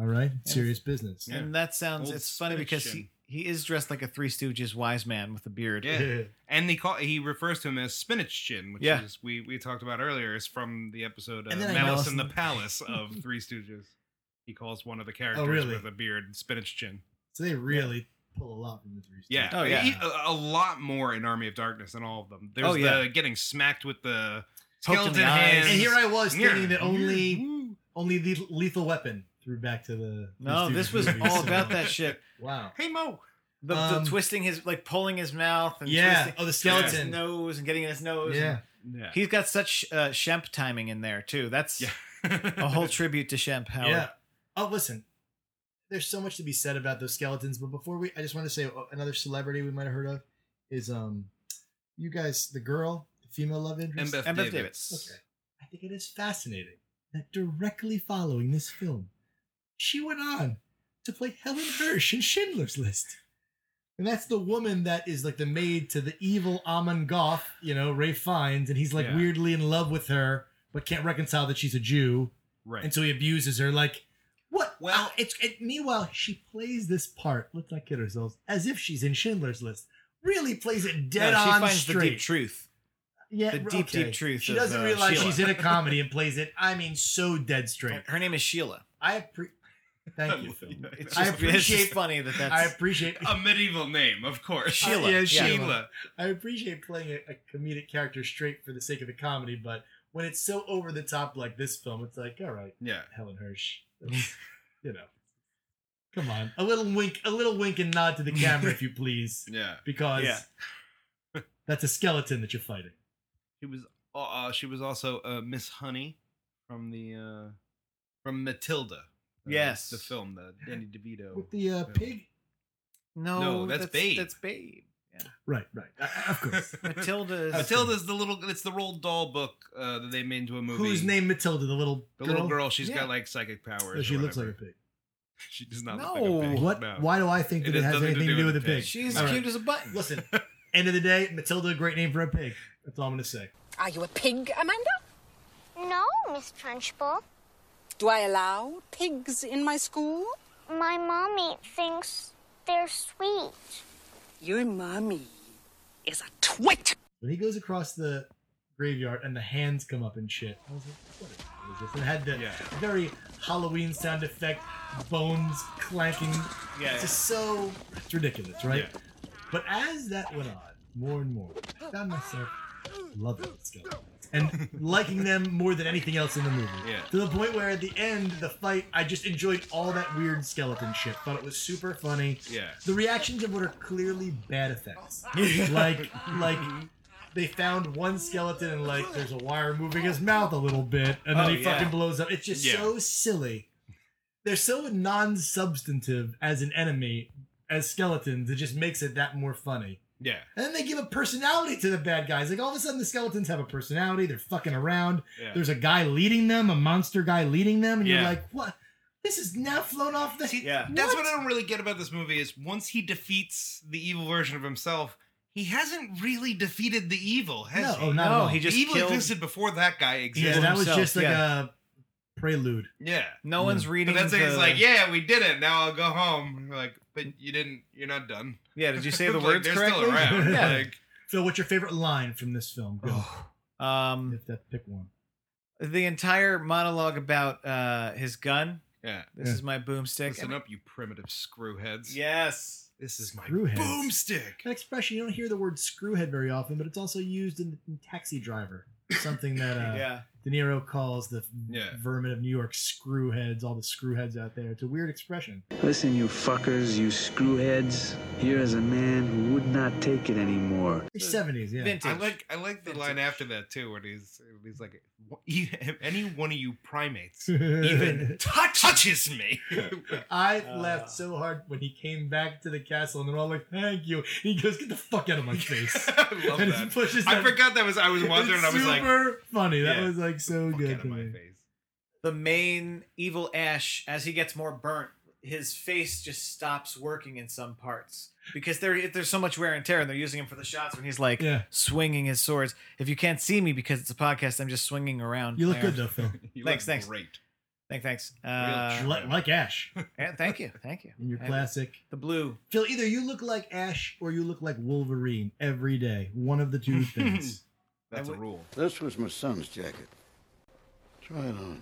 B: All right. Serious business.
D: And that sounds
C: Old
D: it's funny
C: Spanish
D: because
C: gin.
D: he, he is dressed like a Three Stooges wise man with a beard.
C: Yeah. and he call, he refers to him as Spinach Chin, which
D: Yeah.
C: is we we talked about earlier. is from the episode uh,
D: And then I
C: Malice in the
D: noticed-
C: Palace of Three Stooges. He calls one of the characters
B: Oh, really?
C: with a beard Spinach Chin.
B: So they really pull a lot from the three.
C: Yeah,
B: Stooges.
C: He- a, a lot more in Army of Darkness than all of them. There's
B: Oh, yeah.
C: the getting smacked with the
B: Poked in the
C: skeleton
B: eyes.
C: hands.
B: And here I was
C: Yeah.
B: thinking that only only the Lethal Weapon threw back to the.
D: No,
B: Three
D: this
B: Stooges
D: was
B: movies,
D: all
B: so-
D: about that shit.
B: Wow.
C: Hey Mo.
D: The,
B: Um,
D: the twisting his like pulling his mouth and
B: Yeah.
D: twisting,
B: Oh, the
D: twisting his
B: skeleton.
D: nose and getting in his nose.
B: Yeah.
D: and-
B: Yeah.
D: He's got such uh, Shemp timing in there too. That's a whole tribute to Shemp Howard.
B: Yeah. Oh, listen. There's so much to be said about those skeletons, but before we, I just want to say uh, another celebrity we might have heard of is um, you guys, the girl, the female love interest,
C: M.Beth M.Beth Davids. Davids.
B: Okay. I think it is fascinating that directly following this film, she went on to play Helen Hirsch in Schindler's List. And that's the woman that is like the maid to the evil Amon Goth, you know, Ray Fiennes, and he's like
C: Yeah.
B: weirdly in love with her, but can't reconcile that she's a Jew.
C: Right.
B: And so he abuses her. Like, what? Well, it's it, meanwhile she plays this part. Let's not kid ourselves. As if she's in Schindler's List. Really plays it dead
D: No, she
B: on
D: finds the
B: straight.
D: deep truth.
B: yeah,
D: the
B: r-
D: deep,
B: okay.
D: deep truth
B: She
D: of,
B: doesn't
D: uh,
B: realize
D: Sheila.
B: she's in a comedy and plays it. I mean, so dead straight.
D: Her name is Sheila.
B: I appre Thank you. Phil.
D: It's
B: I
D: just- it's just
B: appreciate
D: funny that that's-
B: I appreciate
C: a medieval name, of course.
B: Sheila. yeah,
C: Sheila.
B: Sheila. I appreciate playing a, a comedic character straight for the sake of the comedy, but when it's so over the top like this film, it's like, all right,
C: Yeah.
B: Helen Hirsch, That's- you know. Come on, a little wink, a little wink and nod to the camera, if you please.
C: Yeah.
B: Because
C: Yeah.
B: that's a skeleton that you're fighting.
C: She was uh, she was also uh, Miss Honey from the uh, from Matilda. uh,
D: Yes.
C: the film, the Danny DeVito.
B: With the uh,
C: film.
B: pig.
D: No,
C: No, that's Babe.
D: That's Babe. Yeah.
B: Right, right. Uh, Of course.
D: Matilda is-
C: Matilda's the little. It's the Roald Dahl book uh, that they made into a movie.
B: Who's named Matilda? The little
C: The
B: girl?
C: little girl. She's
B: Yeah.
C: got like psychic powers.
B: So she
C: or
B: looks like a
C: whatever.
B: pig.
C: She does not look
D: No.
C: like a pig.
B: What?
C: No.
B: Why do I think that it, has
C: nothing
B: anything to do with a pig?
D: She's
B: All right.
D: cute as a button.
B: Listen, end of the day, Matilda, a great name for a pig. That's all I'm gonna say.
A: Are you a pig, Amanda?
V: No, Miss Trunchbull.
A: Do I allow pigs in my school?
V: My mommy thinks they're sweet.
A: Your mommy is a twit.
B: When he goes across the graveyard and the hands come up and shit, I was like, what is this? And it had the very Halloween sound effect, bones clanking.
D: Yeah,
B: It's just so. It's ridiculous, right? But as that went on, more and more, I found myself loving the skeletons and liking them more than anything else in the movie.
C: Yeah.
B: To the point where at the end, the fight, I just enjoyed all that weird skeleton shit. Thought it was super funny.
C: Yeah.
B: The reactions of what are clearly bad effects.
C: Yeah.
B: like, like. They found one skeleton and like there's a wire moving his mouth a little bit, and then
D: Oh,
B: he
D: yeah.
B: fucking blows up. It's just
D: Yeah.
B: so silly they're so non-substantive as an enemy as skeletons it just makes it that more funny
C: Yeah.
B: and then they give a personality to the bad guys like all of a sudden the skeletons have a personality they're fucking around
C: Yeah.
B: there's a guy leading them a monster guy leading them and you're
C: Yeah.
B: like what this is now flown off the
D: yeah
C: That's what I don't really get about this movie is once he defeats the evil version of himself, he hasn't really defeated the evil, has
B: No,
C: he?
B: not at all.
C: he
B: he
C: just
B: just
C: evil
B: killed-
C: existed before that guy
B: yeah
C: existed.
B: that was just like a prelude
C: yeah.
D: No
B: Mm.
D: one's reading.
C: But that's it.
D: the-
C: It's like, yeah, we did it. Now I'll go home. You're like, but you didn't. You're not done.
D: Yeah, did you say the
C: Like,
D: words
C: they're
D: correctly?
C: Still around.
D: Yeah.
C: Like,
B: so what's your favorite line from this film Go.
C: Oh.
D: Um,
B: if that pick one
D: the entire monologue about uh, his gun.
C: yeah.
D: This is my boomstick.
C: Listen up, you primitive screwheads.
D: Yes.
C: This is my
B: Screwheads.
C: boomstick.
B: That expression, you don't hear the word screwhead very often, but it's also used in, in Taxi Driver. Something that uh,
D: Yeah.
B: De Niro calls the
C: Yeah.
B: vermin of New York screwheads, all the screwheads out there. It's a weird expression.
W: Listen, you fuckers, you screwheads. Here is a man who would not take it anymore.
B: The 70s, yeah.
C: I like I like the line after that too, where he's he's like, "You- any one of you primates even touch- touches me.
B: I
C: Uh.
B: laughed so hard when he came back to the castle, and they're all like, thank you. He goes, get the fuck out of my face.
C: I love
B: And
C: that.
B: pushes
C: I
B: that-
C: forgot that was I was watching
B: It's
C: and I was like,
B: super funny. That
C: Yeah.
B: was like so good to me.
D: the main evil Ash, as he gets more burnt, his face just stops working in some parts because there there's so much wear and tear, and they're using him for the shots when he's like
B: Yeah.
D: swinging his swords. If you can't see me because it's a podcast, I'm just swinging around.
B: You look
D: there.
B: good though, Phil.
C: You
D: thanks,
C: look
D: thanks,
C: great.
D: thanks, thanks.
B: You
D: Uh,
B: look like Ash
D: yeah, thank you, thank you.
B: in your
D: I-
B: classic
D: the blue.
B: Phil, either you look like Ash or you look like Wolverine every day. One of the two things.
C: That's a rule.
X: This was my son's jacket. Try it on.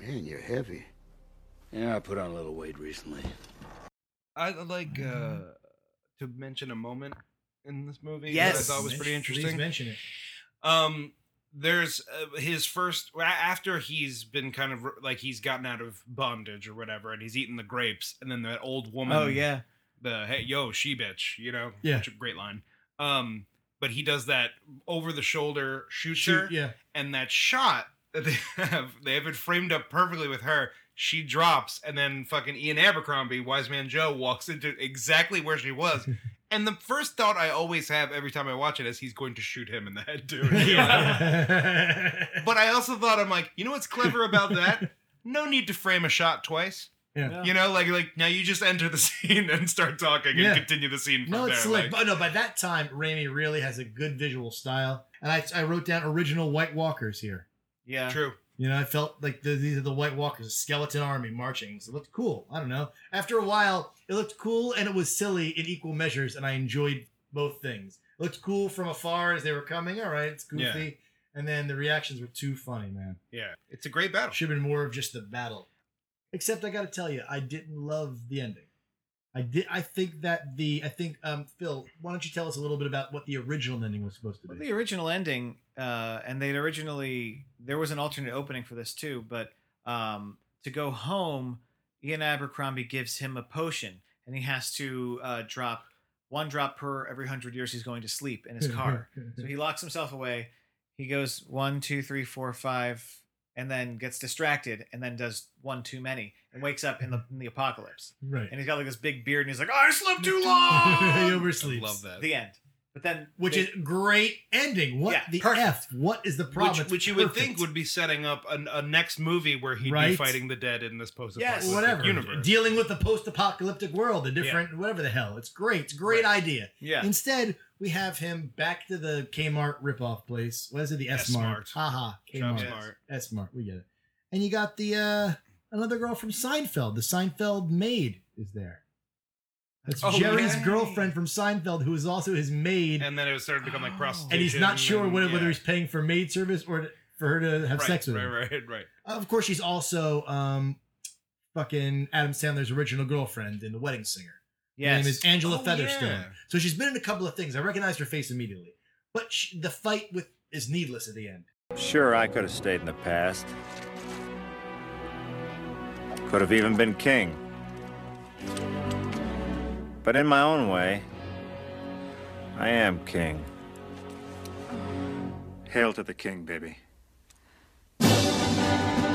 X: Man, you're heavy. Yeah, I put on a little weight recently.
C: I'd like
D: Mm-hmm.
C: uh, to mention a moment in this movie that I
D: Yes.
C: thought was pretty
B: Please
C: interesting.
B: mention it.
C: Um, there's uh, his first a- after he's been kind of like he's gotten out of bondage or whatever, and he's eating the grapes, and then that old woman.
D: Oh yeah,
C: the hey yo she bitch, you know.
D: Yeah.
C: which- great line. Um, but he does that over the shoulder shoots
B: Shoot,
C: her,
B: yeah.
C: and that shot that they have they have it framed up perfectly with her. She drops, and then fucking Ian Abercrombie, Wise Man Joe, walks into exactly where she was. And the first thought I always have every time I watch it is he's going to shoot him in the head too. but I also thought I'm like, you know what's clever about that? No need to frame a shot twice.
B: Yeah.
C: You know, like like now you just enter the scene and start talking
B: Yeah.
C: and continue the scene from
B: No,
C: there.
B: it's slick.
C: like-
B: but no, by that time, Raimi really has a good visual style. And I, I wrote down original White Walkers here.
D: yeah,
C: True.
B: You know, I felt like the, these are the White Walkers, a skeleton army marching. So it looked cool. I don't know. After a while, it looked cool and it was silly in equal measures, and I enjoyed both things. It looked cool from afar as they were coming. All right, it's goofy.
C: Yeah.
B: And then the reactions were too funny, man.
C: yeah, it's a great battle.
B: Should have been more of just the battle. Except I got to tell you, I didn't love the ending. I did. I think that the. I think um, Phil, why don't you tell us a little bit about what the original ending was supposed to
D: Well,
B: be?
D: the original ending, uh, and they'd originally there was an alternate opening for this too, but um, to go home, Ian Abercrombie gives him a potion, and he has to uh, drop one drop per every hundred years he's going to sleep in his car. so he locks himself away. He goes one, two, three, four, five, and then gets distracted, and then does one too many, and wakes up in the in the apocalypse.
B: Right.
D: And he's got like this big beard, and he's like, "Oh, "I slept too long."
B: he oversleeps.
C: Love that.
D: The end. But then,
B: Which
D: they-
B: is great ending. What
D: Yeah,
B: the F? What is the problem?
C: Which,
B: It's
C: which you would
B: perfect.
C: think would be setting up an, a next movie where he'd be
B: Right?
C: fighting the dead in this post
B: Yes,
C: apocalyptic
B: whatever.
C: universe.
B: Dealing with the post-apocalyptic world, the different whatever the hell. It's great. It's a great idea.
D: Yeah.
B: Instead, we have him back to the Kmart ripoff place. What is it? The S Mart.
C: S-Mart.
B: Haha.
C: Shop
B: Kmart.
C: Smart.
B: S Mart. We get it. And you got the uh another girl from Seinfeld. The Seinfeld maid is there. That's
C: Oh,
B: Jerry's
C: right.
B: girlfriend from Seinfeld, who is also his maid,
C: and then it was starting to become like prostitution.
B: Oh. and he's not sure
C: and-
B: whether,
C: yeah.
B: whether he's paying for maid service or to- for her to have
C: right,
B: sex with
C: right,
B: him.
C: Right, right,
B: Of course, she's also um, fucking Adam Sandler's original girlfriend in The Wedding Singer. Her
D: Yes.
B: name is Angela
C: Oh,
B: Featherstone.
C: yeah.
B: So she's been in a couple of things. I recognized her face immediately, but she, the fight with is needless at the end.
W: Sure, I could have stayed in the past. Could have even been king. But in my own way, I am king. Hail to the king, baby.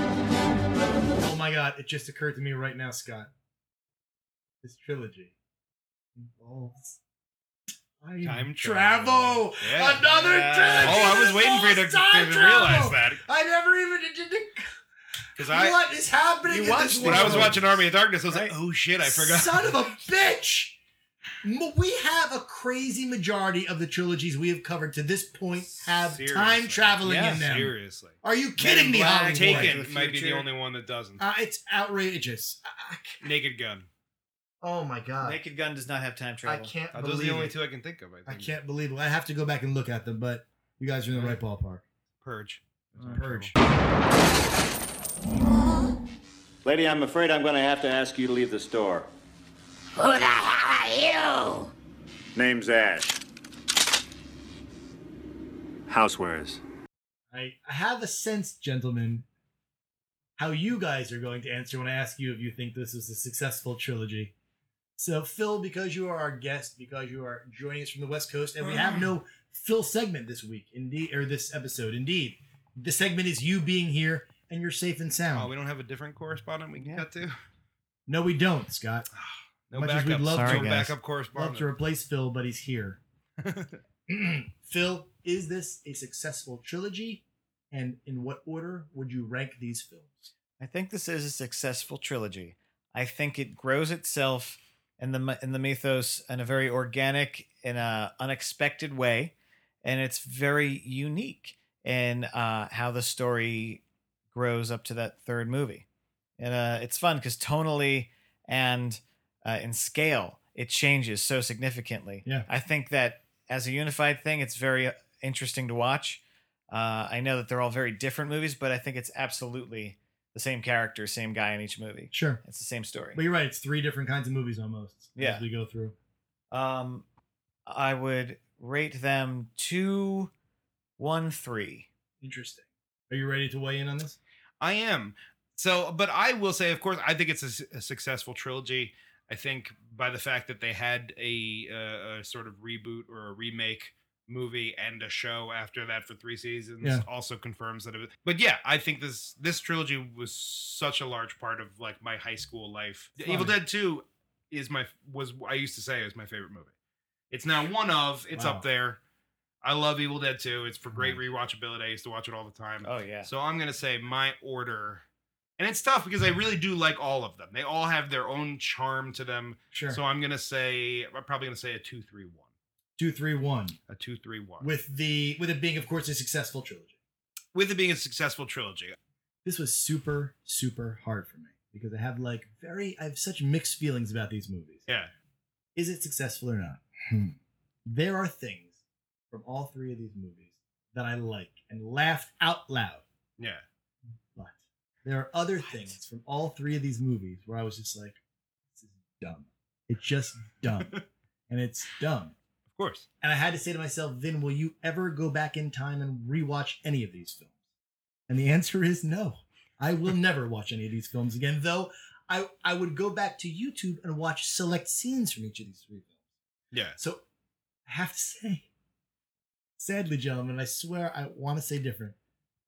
B: Oh my god! It just occurred to me right now, Scott. This trilogy involves time,
C: Time
B: travel.
C: travel. Yeah.
B: Another
C: Yeah.
B: trilogy.
C: Oh, I was
B: that
C: waiting for you to-
B: involves time
C: to realize
B: travel!
C: that.
B: I never even did. did-
C: Because I,
B: what is happening? in
C: you
B: this
C: watched when I was
B: world?
C: watching Army of Darkness, I was like, oh shit, I forgot.
B: Son of a bitch! M- We have a crazy majority of the trilogies we have covered to this point have time traveling
C: Yeah,
B: in them.
C: Seriously.
B: Are you
C: Men
B: kidding
C: in
B: me,
C: Black
B: Hollywood?
C: Taken might be the only one that doesn't.
B: Uh, it's outrageous. I- I can't-
C: Naked Gun.
B: Oh my god!
D: Naked Gun does not have time
B: I
D: travel.
B: can't
C: Uh, those are
B: believe
C: the only
B: it.
C: two I can think of. I think.
B: I can't believe it. I have to go back and look at them, but you guys are in the right ballpark.
C: Purge. Oh,
B: Purge.
U: Lady, I'm afraid I'm going to have to ask you to leave the store.
R: Who the hell are you?
W: Name's Ash. Housewares.
B: I, I have a sense, gentlemen, how you guys are going to answer when I ask you if you think this is a successful trilogy. So, Phil, because you are our guest, because you are joining us from the West Coast, and we have no Phil segment this week, indeed, or this episode, indeed. The segment is you being here and you're safe and
C: Oh,
B: sound.
C: we don't have a different correspondent we can cut to.
B: no, we don't, Scott.
C: No
B: Much as we'd
C: backup.
B: love
C: Sorry,
B: to
C: guys. backup
B: love to
C: correspondent.
B: replace Phil, but he's here. Phil, is this a successful trilogy? And in what order would you rank these films?
D: I think this is a successful trilogy. I think it grows itself in the mi- in the mythos in a very organic and uh, unexpected way, and it's very unique in uh, how the story grows up to that third movie. And uh, it's fun because tonally and uh, in scale, it changes so significantly.
B: Yeah.
D: I think that as a unified thing, it's very uh, interesting to watch. Uh, I know that they're all very different movies, but I think it's absolutely the same character, same guy in each movie.
B: Sure.
D: It's the same story.
B: But you're right. It's three different kinds of movies almost.
D: Yeah.
B: As we go through.
D: Um, I would rate them two, one, three.
B: Interesting. Are you ready to weigh in on this?
C: I am. So, but I will say, of course, I think it's a, s- a successful trilogy. I think by the fact that they had a, uh, a sort of reboot or a remake movie and a show after that for three seasons
B: Yeah.
C: also confirms that it was. But yeah, I think this this trilogy was such a large part of like my high school life. The Evil
B: Funny.
C: Dead Two is my was I used to say it was my favorite movie. It's now one of. It's
D: Wow.
C: up there. I love Evil Dead 2. It's for great rewatchability. I used to watch it all the time.
D: Oh yeah.
C: So I'm gonna say my order, and it's tough because I really do like all of them. They all have their own charm to them.
B: Sure.
C: So I'm gonna say I'm probably gonna say a two three one,
B: Two, three, one.
C: a two three one,
B: With the with it being, of course, a successful trilogy.
C: with it being a successful trilogy.
B: This was super, super hard for me because I have like very I have such mixed feelings about these movies.
C: Yeah.
B: Is it successful or not? Hmm. There are things from all three of these movies that I like and laughed out loud.
C: Yeah.
B: But there are other things from all three of these movies where I was just like, this is dumb. It's just dumb. and it's dumb.
C: Of course.
B: And I had to say to myself, Vin, will you ever go back in time and rewatch any of these films? And the answer is no. I will never watch any of these films again, though I I would go back to YouTube and watch select scenes from each of these three films.
C: Yeah.
B: So I have to say, sadly, gentlemen, I swear I want to say different,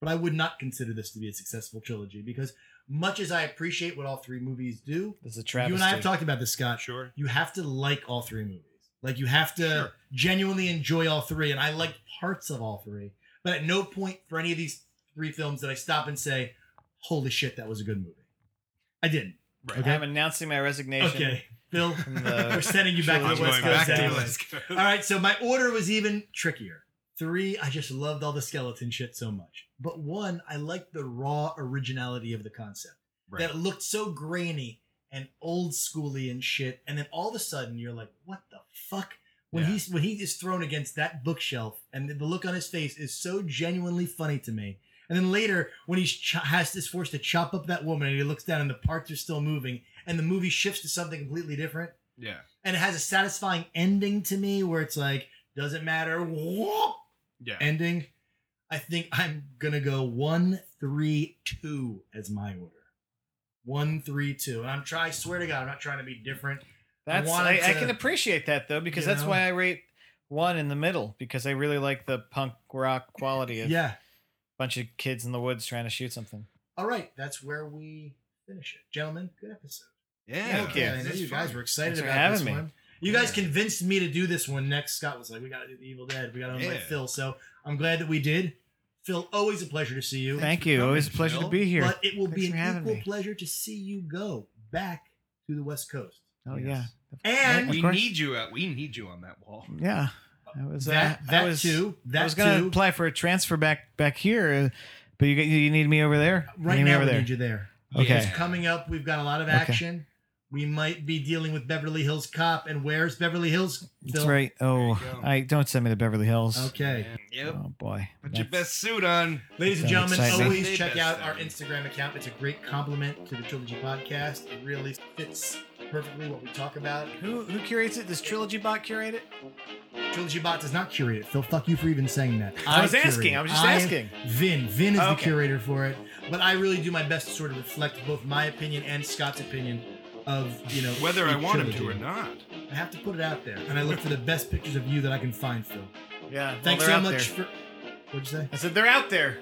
B: but I would not consider this to be a successful trilogy because much as I appreciate what all three movies do,
D: This is a
B: you and I
D: travesty.
B: have talked about this, Scott. Sure. You have to like all three movies. Like you have to
D: Sure.
B: genuinely enjoy all three, and I liked parts of all three. But at no point for any of these three films did I stop and say, "Holy shit, that was a good movie." I didn't. Okay?
D: I'm announcing my resignation.
B: Okay, Bill,
D: from the
B: we're sending you uh, back to
D: trilogy.
B: West Coast. anyway. All right, so my order was even trickier. Three, I just loved all the skeleton shit so much. But one, I liked the raw originality of the concept.
C: Right.
B: That it looked so grainy and old schooly and shit. And then all of a sudden, you're like, what the fuck? When he's when he is thrown against that bookshelf, and the look on his face is so genuinely funny to me. And then later, when he's ch- has is forced to chop up that woman, and he looks down, and the parts are still moving, and the movie shifts to something completely different
C: Yeah.
B: and it has a satisfying ending to me where it's like doesn't matter whoop,
C: Yeah.
B: ending i think i'm gonna go one three two as my order one three two and i'm trying swear to god i'm not trying to be different
D: That's
B: wanted
D: I, I
B: to-
D: can appreciate that though because
B: you
D: that's
B: know?
D: why I rate one in the middle because I really like the punk rock quality of
B: Yeah.
D: bunch of kids in the woods trying to shoot something.
B: all right that's where we finish it gentlemen good episode
D: Yeah. Thank you.
B: i know
D: This is
B: you guys
D: fun.
B: were excited
D: Thanks for
B: about
D: having
B: this
D: me.
B: one you guys convinced me to do this one next scott was like we gotta do the evil dead we gotta invite
D: Yeah.
B: phil so i'm glad that we did phil always a pleasure to see you
D: Thank you. Always a pleasure to be here.
B: But it will
D: Thanks
B: be
D: for
B: an
D: having
B: equal
D: me.
B: pleasure to see you go back to the West Coast.
D: Oh yeah.
B: And
D: Of
C: we
D: course.
C: need you. At, we need you on that wall.
D: Yeah. I was
B: That-
D: uh,
B: that
D: I was
B: too. That
D: I was gonna
B: too.
D: apply for a transfer back back here, uh, but you got- you need me over there. You
B: Right
D: need me
B: now,
D: over
B: we
D: there.
B: need you there. Because
D: Okay.
B: coming up, we've got a lot of
D: Okay.
B: action. We might be dealing with Beverly Hills Cop, and where's Beverly Hills?
D: That's
B: Phil?
D: right. Oh,
B: There you go.
D: I don't send me to Beverly Hills.
B: Okay.
C: Yep.
D: Oh boy.
C: Put your best suit on,
B: Ladies and
D: That
B: gentlemen,
D: excites me.
B: always
C: They
B: check
C: best
B: out our Instagram account. It's a great compliment to the Trilogy podcast. It really fits perfectly what we talk about.
D: Who who curates it? Does Trilogy Bot curate it?
B: Trilogy Bot does not curate it. Phil, fuck you for even saying that.
D: I was
B: curate
D: asking.
B: it.
D: I was just asking.
B: Vin. Vin is the
D: Okay.
B: curator for it. But I really do my best to sort of reflect both my opinion and Scott's opinion of, you know,
C: whether I
B: each
C: want him to
B: trilogy.
C: or not.
B: I have to put it out there. And I look for the best pictures of you that I can find, Phil.
D: Yeah. well,
B: Thanks
D: they're
B: so
D: out
B: much
D: there.
B: for. What'd you say?
D: I said they're out there.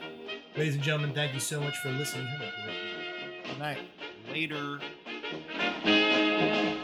B: Ladies and gentlemen, thank you so much for listening. Have a great night.
D: Good night.
C: Later.
R: Thank